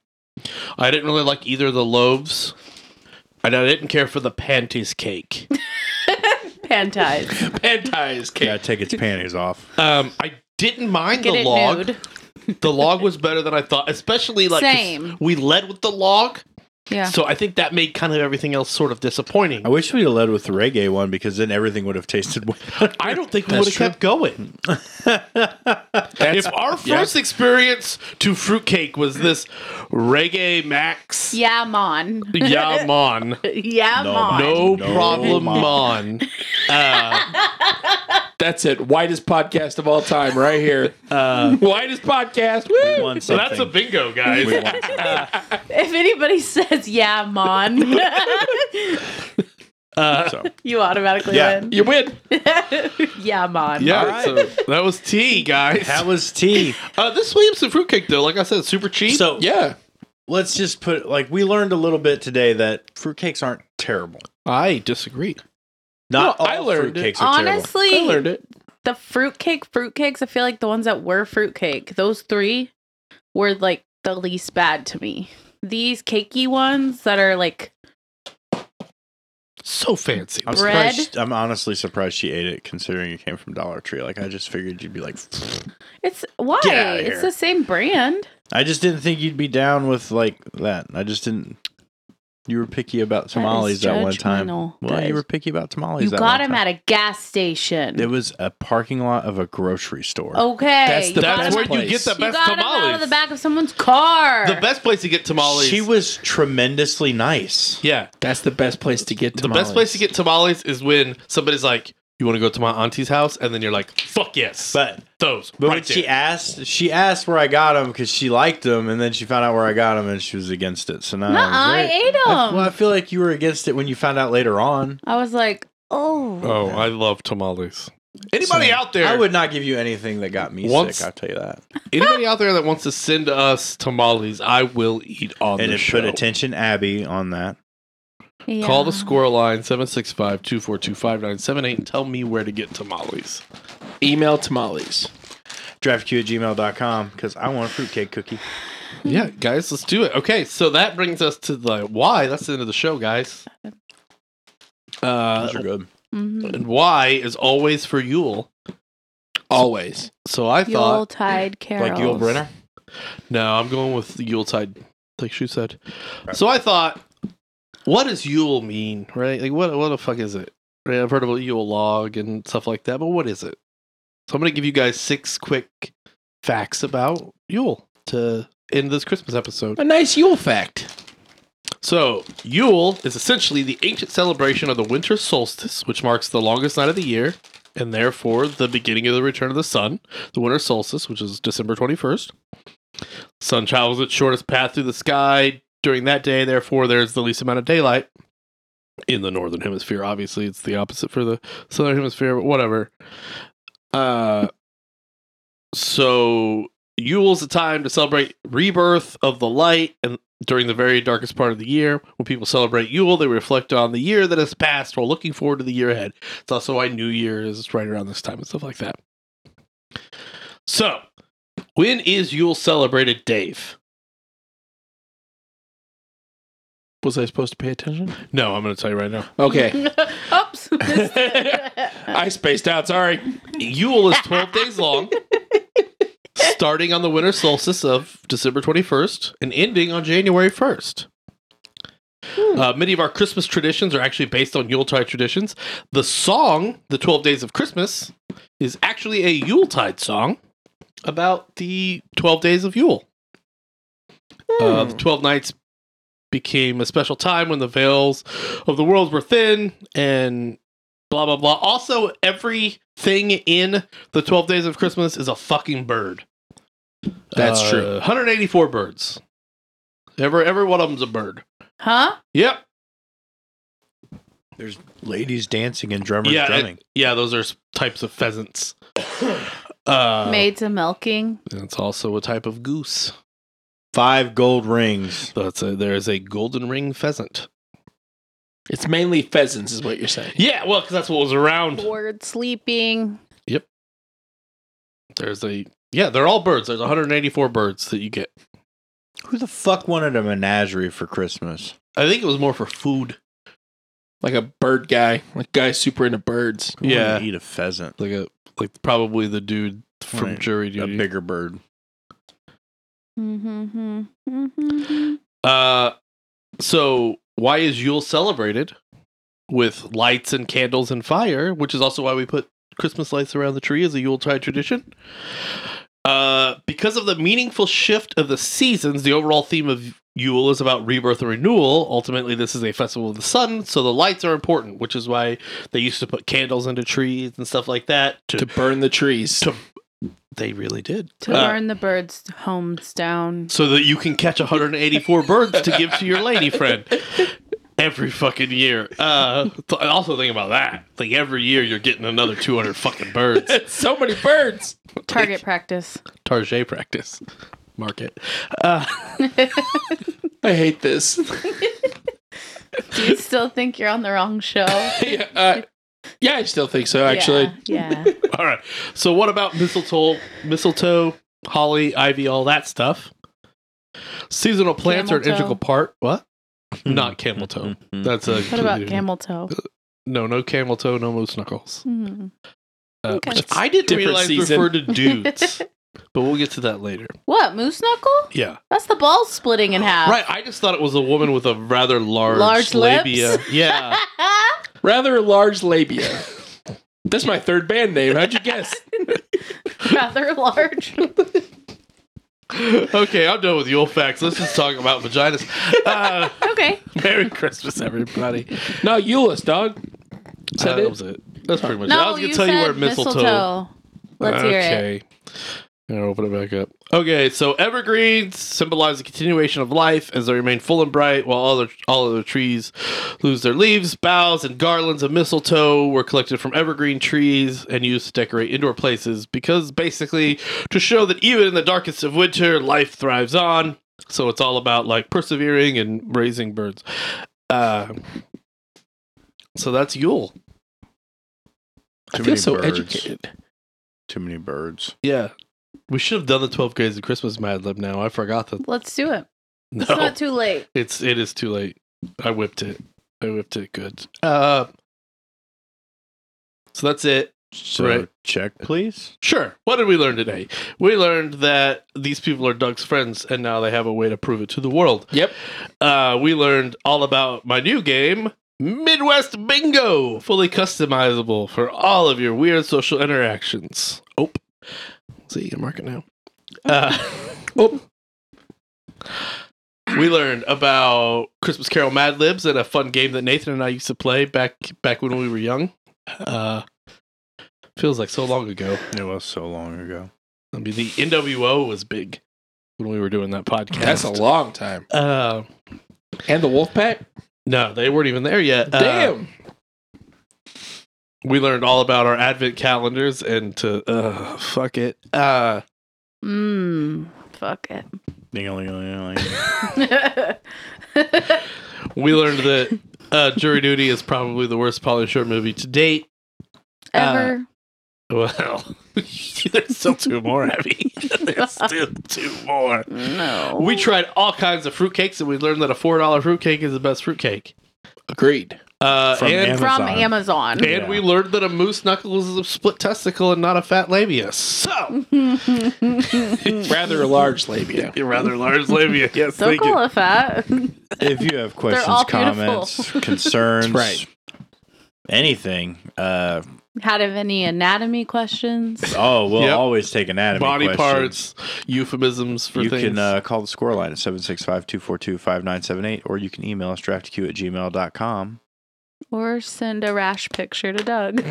C: I didn't really like either of the loaves. And I didn't care for the panties cake.
B: Panties.
F: Panties cake.
A: Yeah, take its panties off.
C: Um, I didn't mind
B: Get
C: the
B: it
C: log.
B: nude.
C: The log was better than I thought, especially like 'cause
B: Same.
C: we led with the log.
B: Yeah.
C: So I think that made kind of everything else sort of disappointing.
A: I wish we'd have led with the reggae one because then everything would have tasted way better.
C: I don't think we
F: That's
C: would have kept going. if our
F: yeah.
C: first experience to fruitcake was this reggae max
B: yeah, mon.
C: Yaman,
B: yeah,
A: No,
B: mon.
C: no,
A: No
C: problem
A: man.
C: mon. Uh,
F: That's it. Whitest podcast of all time, right here. Whitest podcast. Woo!
A: One
C: so that's a
A: something.
C: bingo, guys.
A: We want something.
B: If anybody says yeah, mon,
C: Uh,
A: So,
B: you automatically
A: Yeah.
B: win.
F: You win.
B: Yeah, mon.
C: yeah,
A: Alright.
C: so that was tea, guys.
A: that was tea.
C: Uh, this Williamson fruitcake, though, like I said, super cheap.
A: So
F: Yeah.
A: let's just put like we learned a little bit today that fruitcakes aren't terrible.
C: I disagree.
A: Not
F: No,
A: all
F: I learned
A: fruitcakes are terrible.
B: Honestly,
F: I learned it.
B: the fruitcake fruitcakes, I feel like the ones that were fruitcake, those three were like the least bad to me. These cakey ones that are like
C: So fancy.
A: I'm
B: Bread?
A: surprised. I'm honestly surprised she ate it, considering it came from Dollar Tree. Like I just figured you'd be like,
B: It's why?
A: Get outta
B: It's
A: here.
B: the same brand.
A: I just didn't think you'd be down with like that. I just didn't. You were picky about tamales that, one time.
B: judgmental.
A: Well,
B: That
A: you
B: is-
A: were picky about tamales.
B: You
A: that
B: got
A: one
B: him
A: time.
B: at a gas station.
A: It was a parking lot of a grocery store.
B: okay.
F: That's the
B: you got
C: That's
F: best
B: him-
C: where you
F: place.
C: get the
B: you
C: best
B: got him out
C: tamales.
B: of the back of someone's car.
C: The best place to get tamales.
A: She was tremendously nice.
C: yeah.
F: That's the best place to get
C: The
F: tamales.
C: best place to get tamales is when somebody's like, "You want to go to my auntie's house?" and then you're like, "Fuck yes."
A: But
C: those
A: but when
C: right
A: she
C: there.
A: asked, she asked where I got them because she liked them, and then she found out where I got them, and she was against it. So now
B: Nuh-uh,
A: I'm
B: I
A: very-
B: ate
A: I-
B: him.
A: well, I feel like you were against it when you found out later on.
B: I was like, oh,
C: oh, I love tamales. Anybody
A: So,
C: out there?
A: I would not give you anything that got me
C: Once-
A: sick. I'll tell you that.
C: Anybody out there that wants to send us tamales, I will eat on
A: And
C: the
A: it
C: show.
A: put attention Abby on that.
B: yeah.
C: Call the score line 765-242-5978 and tell me where to get tamales.
F: email tamales.
A: DraftQ at gmail.com because I want a fruitcake cookie.
C: Yeah, guys, let's do it. Okay, so that brings us to the why. That's the end of the show, guys. Uh,
A: Those are good.
B: Mhm.
C: and why is always for Yule.
F: Always.
C: So I thought
B: Yuletide carols.
A: Like Yul Brenner?
C: No, I'm going with the Yuletide, like she said. So I thought, what does Yule mean, right? Like, what what the fuck is it? Right? I've heard about Yule log and stuff like that, but what is it? So I'm going to give you guys six quick facts about Yule to end this Christmas episode.
F: A nice Yule fact.
C: So, Yule is essentially the ancient celebration of the winter solstice, which marks the longest night of the year and therefore the beginning of the return of the sun, the winter solstice, which is December 21st. Sun travels its shortest path through the sky during that day, therefore, there's the least amount of daylight in the northern hemisphere. Obviously, it's the opposite for the southern hemisphere, but whatever. Uh, so, Yule's a time to celebrate rebirth of the light and during the very darkest part of the year. When people celebrate Yule, they reflect on the year that has passed while looking forward to the year ahead. It's also why New Year is right around this time and stuff like that. So, when is Yule celebrated, Dave?
F: Was I supposed to pay attention?
C: No, I'm going to tell you right now.
F: Okay.
B: Oops.
F: I spaced out. Sorry.
C: Yule is 12 days long, starting on the winter solstice of December 21st and ending on January 1st. Uh, many of our Christmas traditions are actually based on Yuletide traditions. The song, The 12 Days of Christmas, is actually a Yuletide song about the 12 days of Yule. Uh, the 12 nights became a special time when the veils of the world were thin and blah blah blah. Also, everything in the Twelve Days of Christmas is a fucking bird.
F: That's true.
C: 184 birds. Every every one of them's a bird.
B: huh?
C: Yep.
A: There's ladies dancing and drummers
C: yeah.
A: drumming.
C: and- yeah. Those are s- types of pheasants. Uh,
B: Maids a milking.
C: It's also a type of goose.
A: Five gold rings.
C: That's a, there is a golden ring pheasant.
F: It's mainly pheasants, is what you're saying.
C: Yeah, well, because that's what was around.
B: Bored sleeping.
C: There's a yeah. They're all birds. There's 184 birds that you get.
A: Who the fuck wanted a menagerie for Christmas?
C: I think it was more for food.
F: Like a bird guy. Like guy super into birds.
A: Who wanted
C: Yeah.
A: to Eat a pheasant.
C: like a like probably the dude from
A: Right.
C: jury duty.
A: A bigger bird.
B: Mm-hmm. Mm-hmm.
C: uh so why is Yule celebrated with lights and candles and fire, which is also why we put Christmas lights around the tree as a Yuletide tradition. Uh, because of the meaningful shift of the seasons, the overall theme of Yule is about rebirth and renewal. Ultimately, this is a festival of the sun, so the lights are important, which is why they used to put candles into trees and stuff like that. To,
F: To burn the trees.
C: To- they really did.
B: To
C: Uh,
B: burn the birds' homes down.
C: so that you can catch 184 birds to give to your lady friend every fucking year. Uh, th- also think about that. Like every year you're getting another 200 fucking birds.
F: so many birds.
B: Target practice.
C: Target practice. Mark it. Uh,
F: I hate this.
B: Do you still think you're on the wrong show?
F: yeah, uh, yeah, I still think so, actually.
B: Yeah. yeah.
C: all right. So what about mistletoe, mistletoe, holly, ivy, all that stuff? Seasonal plants are an
B: Camel toe.
C: integral part. What?
F: Hmm.
C: Not camel toe.
A: Mm-hmm.
C: That's a.
B: What about camel toe?
C: No, no camel toe, no moose knuckles.
B: Hmm.
C: Uh,
B: Okay.
C: which I didn't
F: Different
C: realize
F: season.
C: refer to dudes, but we'll get to that later.
B: What moose knuckle?
C: Yeah.
B: That's the balls splitting in half.
C: Right. I just thought it was a woman with a rather large,
B: Uh, Large lips?
C: labia. Yeah.
F: Rather large labia. That's my third band name. How'd you guess?
B: Rather large.
C: okay, I'm done with Yule facts. Let's just talk about vaginas. Uh,
B: okay.
C: Merry Christmas, everybody.
F: No, Euless, dog.
C: Uh,
F: Is that it?
C: that was it. That's pretty much it. I
B: No,
C: was
B: you,
C: going to tell you
B: said
C: where
B: mistletoe.
C: mistletoe.
B: Let's hear it.
C: Here, open it back up. Okay, so evergreens symbolize the continuation of life as they remain full and bright, while all other, all other trees lose their leaves. Boughs and garlands of mistletoe were collected from evergreen trees and used to decorate indoor places because basically to show that even in the darkest of winter, life thrives on. So it's all about like persevering and raising birds. Uh, so that's Yule.
F: I
A: Too
F: feel
A: many
F: so
A: birds.
F: educated.
A: Too many birds.
C: Yeah. We should have done the 12 grades of Christmas Mad Lib now. I forgot that.
B: Let's do it.
C: No.
B: It's not too late.
C: It's it is too late. I whipped it. I whipped it good. Uh, so that's it.
A: So
C: Right.
A: check, please.
C: Sure. What did we learn today? We learned that these people are Doug's friends, and now they have a way to prove it to the world.
F: Yep.
C: Uh, we learned all about my new game, Midwest Bingo, fully customizable for all of your weird social interactions. Oh, see, you can mark it now. Uh, oh. We learned about Christmas Carol Mad Libs and a fun game that Nathan and I used to play back back when we were young. Uh, feels like so long ago.
A: It was so long ago.
C: I mean, the NWO was big when we were doing that podcast.
F: That's a long time.
C: Uh,
F: And the wolf pack?
C: no, they weren't even there yet. Uh,
F: Damn.
C: we learned all about our advent calendars and to uh, fuck it. Uh,
B: Mmm. Fuck it.
A: Ding-a-ling-a-ling-a-ling.
C: we learned that uh, Jury Duty is probably the worst Polly Shore movie to date.
B: Ever.
C: Well, there's still two more, Abby. there's still two more.
B: no.
C: We tried all kinds of fruitcakes, and we learned that a four dollar fruitcake is the best fruitcake.
F: Agreed.
C: Uh,
A: From
C: and
A: Amazon.
B: from Amazon.
C: and we learned that a moose knuckles is a split testicle and not a fat labia. So.
F: Rather large labia.
C: You're rather large labia. Yes,
B: Don't
C: thank you.
B: call it fat.
A: if you have questions,
B: all beautiful.
A: comments, concerns,
F: That's
A: anything, uh,
B: Had of any anatomy questions?
A: oh, we'll
C: Yep.
A: always take anatomy
C: Body
A: questions.
C: parts, euphemisms for
A: you
C: things.
A: can uh, call the score line at 765-242-5978 or you can email us draftq at gmail.com
B: Or send a rash picture to Doug.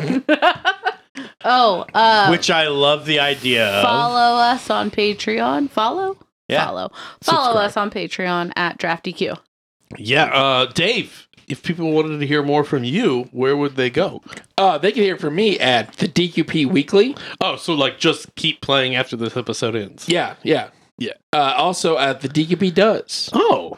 B: oh, uh
A: which i love the idea of
B: follow us on Patreon. Follow?
A: Yeah.
B: Follow. Follow
C: Subscribe.
B: us on Patreon at DraftyQ.
C: yeah, uh, Dave. If people wanted to hear more from you, where would they go?
F: Uh, they can hear from me at the DQP Weekly.
C: Oh, so like just keep playing after this episode ends.
F: Yeah, yeah,
C: Yeah.
F: Uh, also at the DQP Does.
C: Oh,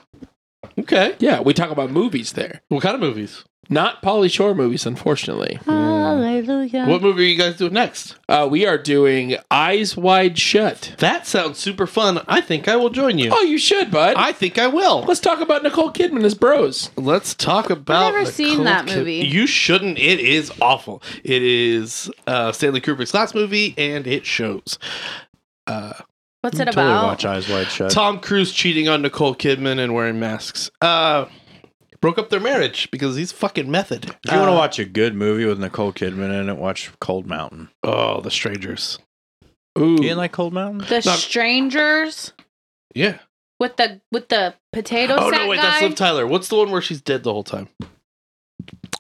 C: okay.
F: Yeah, we talk about movies there.
C: What kind of movies?
F: Not Polly Shore movies, unfortunately.
B: Hallelujah.
C: Mm. What movie are you guys doing next?
F: Uh, we are doing Eyes Wide Shut.
C: That sounds super fun. I think I will join you.
F: Oh, you should, bud.
C: I think I will.
F: Let's talk about Nicole Kidman as bros.
C: Let's talk about.
B: never seen that
C: Kid-
B: movie.
C: You shouldn't. It is awful. It is uh, Stanley Kubrick's last movie, and it shows. Uh,
B: What's it
A: totally
B: about?
A: watch eyes wide shut
C: Tom Cruise cheating on Nicole Kidman and wearing masks. Uh, broke up their marriage because he's fucking method.
A: if you want
C: Uh,
A: to watch a good movie with nicole kidman in it watch cold mountain
C: Oh, The Strangers.
F: Ooh.
A: you didn't like cold mountain
B: The
C: Not-
B: strangers
C: Yeah.
B: with the with the potato
C: oh
B: sack
C: no, wait,
B: guy.
C: that's Liv Tyler. What's the one where she's dead the whole time?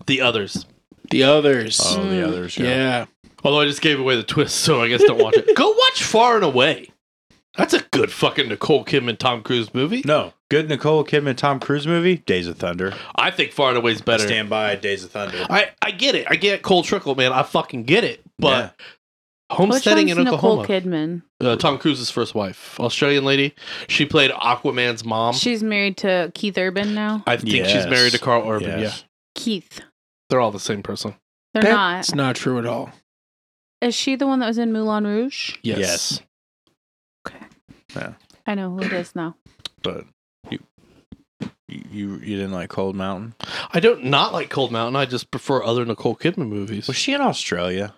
C: The others.
F: the others.
A: oh
B: Mm.
A: the others yeah,
F: yeah.
C: Although I just gave away the twist, so I guess don't watch it. Go watch Far and Away. That's a good fucking Nicole Kidman Tom Cruise movie.
A: no good nicole kidman tom cruise movie days of thunder
C: I think Far and Away's better.
A: stand by days of thunder
C: I I get it. I get Cole Trickle, man. I fucking get it. But homesteading in Oklahoma.
B: Nicole Kidman?
C: uh, Tom Cruise's first wife, Australian lady. She played Aquaman's mom.
B: She's married to Keith Urban now.
C: I think she's
A: Yes.
C: married to Carl Urban.
A: Yes.
C: Yeah,
B: Keith.
C: they're all the same person.
B: They're
F: That's
B: not.
F: not true at all.
B: Is she the one that was in Moulin Rouge?
A: yes,
B: I know who it is now.
A: but You you didn't like Cold Mountain?
C: I don't not like Cold Mountain. I just prefer other Nicole Kidman movies.
A: Was she in Australia?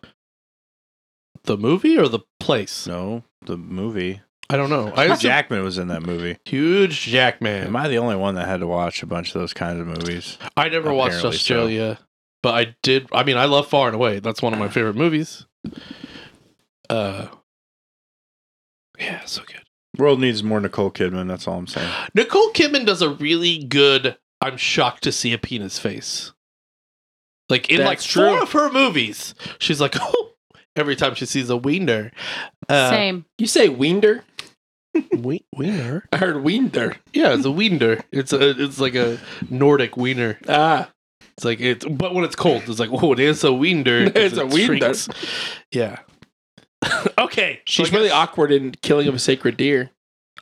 C: the movie or the place?
A: No, the movie.
C: I don't know. I
A: Hugh
C: just
A: Jackman was in that movie.
C: huge
A: Am
C: Jackman.
A: I the only one that had to watch a bunch of those kinds of movies?
C: I never watched
A: Apparently so.
C: Australia, but I did. I mean, I love Far and Away. That's one of my favorite movies. Uh, yeah, so good.
A: World needs more Nicole Kidman. That's all I'm saying.
C: Nicole Kidman does a really good. I'm shocked to see a penis face. Like in like
F: That's
C: four
F: true.
C: of her movies, she's like, oh, every time she sees a wiener. Uh,
B: Same.
F: You say Wiender?
C: Same wiener.
F: I heard Wiender.
C: Yeah, it's a wiener. It's a it's like a Nordic wiener.
F: Ah,
C: It's like it's but when it's cold, it's like whoa, it is a wiener. 'cause
F: It's a
C: it
F: wiener.
C: shrinks. Yeah. okay, so
F: she's
C: I
F: really
C: guess-
F: awkward in Killing of a Sacred Deer.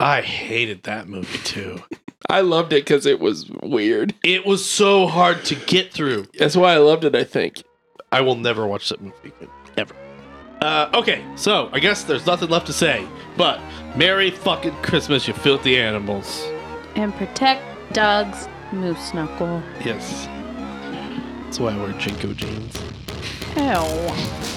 C: I hated that movie too.
F: I loved it because it was weird.
C: It was so hard to get through.
F: That's why I loved it. I think.
C: I will never watch that movie again, ever. Uh, okay, so I guess there's nothing left to say, but Merry fucking Christmas, you filthy animals.
B: And protect dogs, moose knuckle.
C: Yes. That's why I wear Jinko jeans.
B: Ow.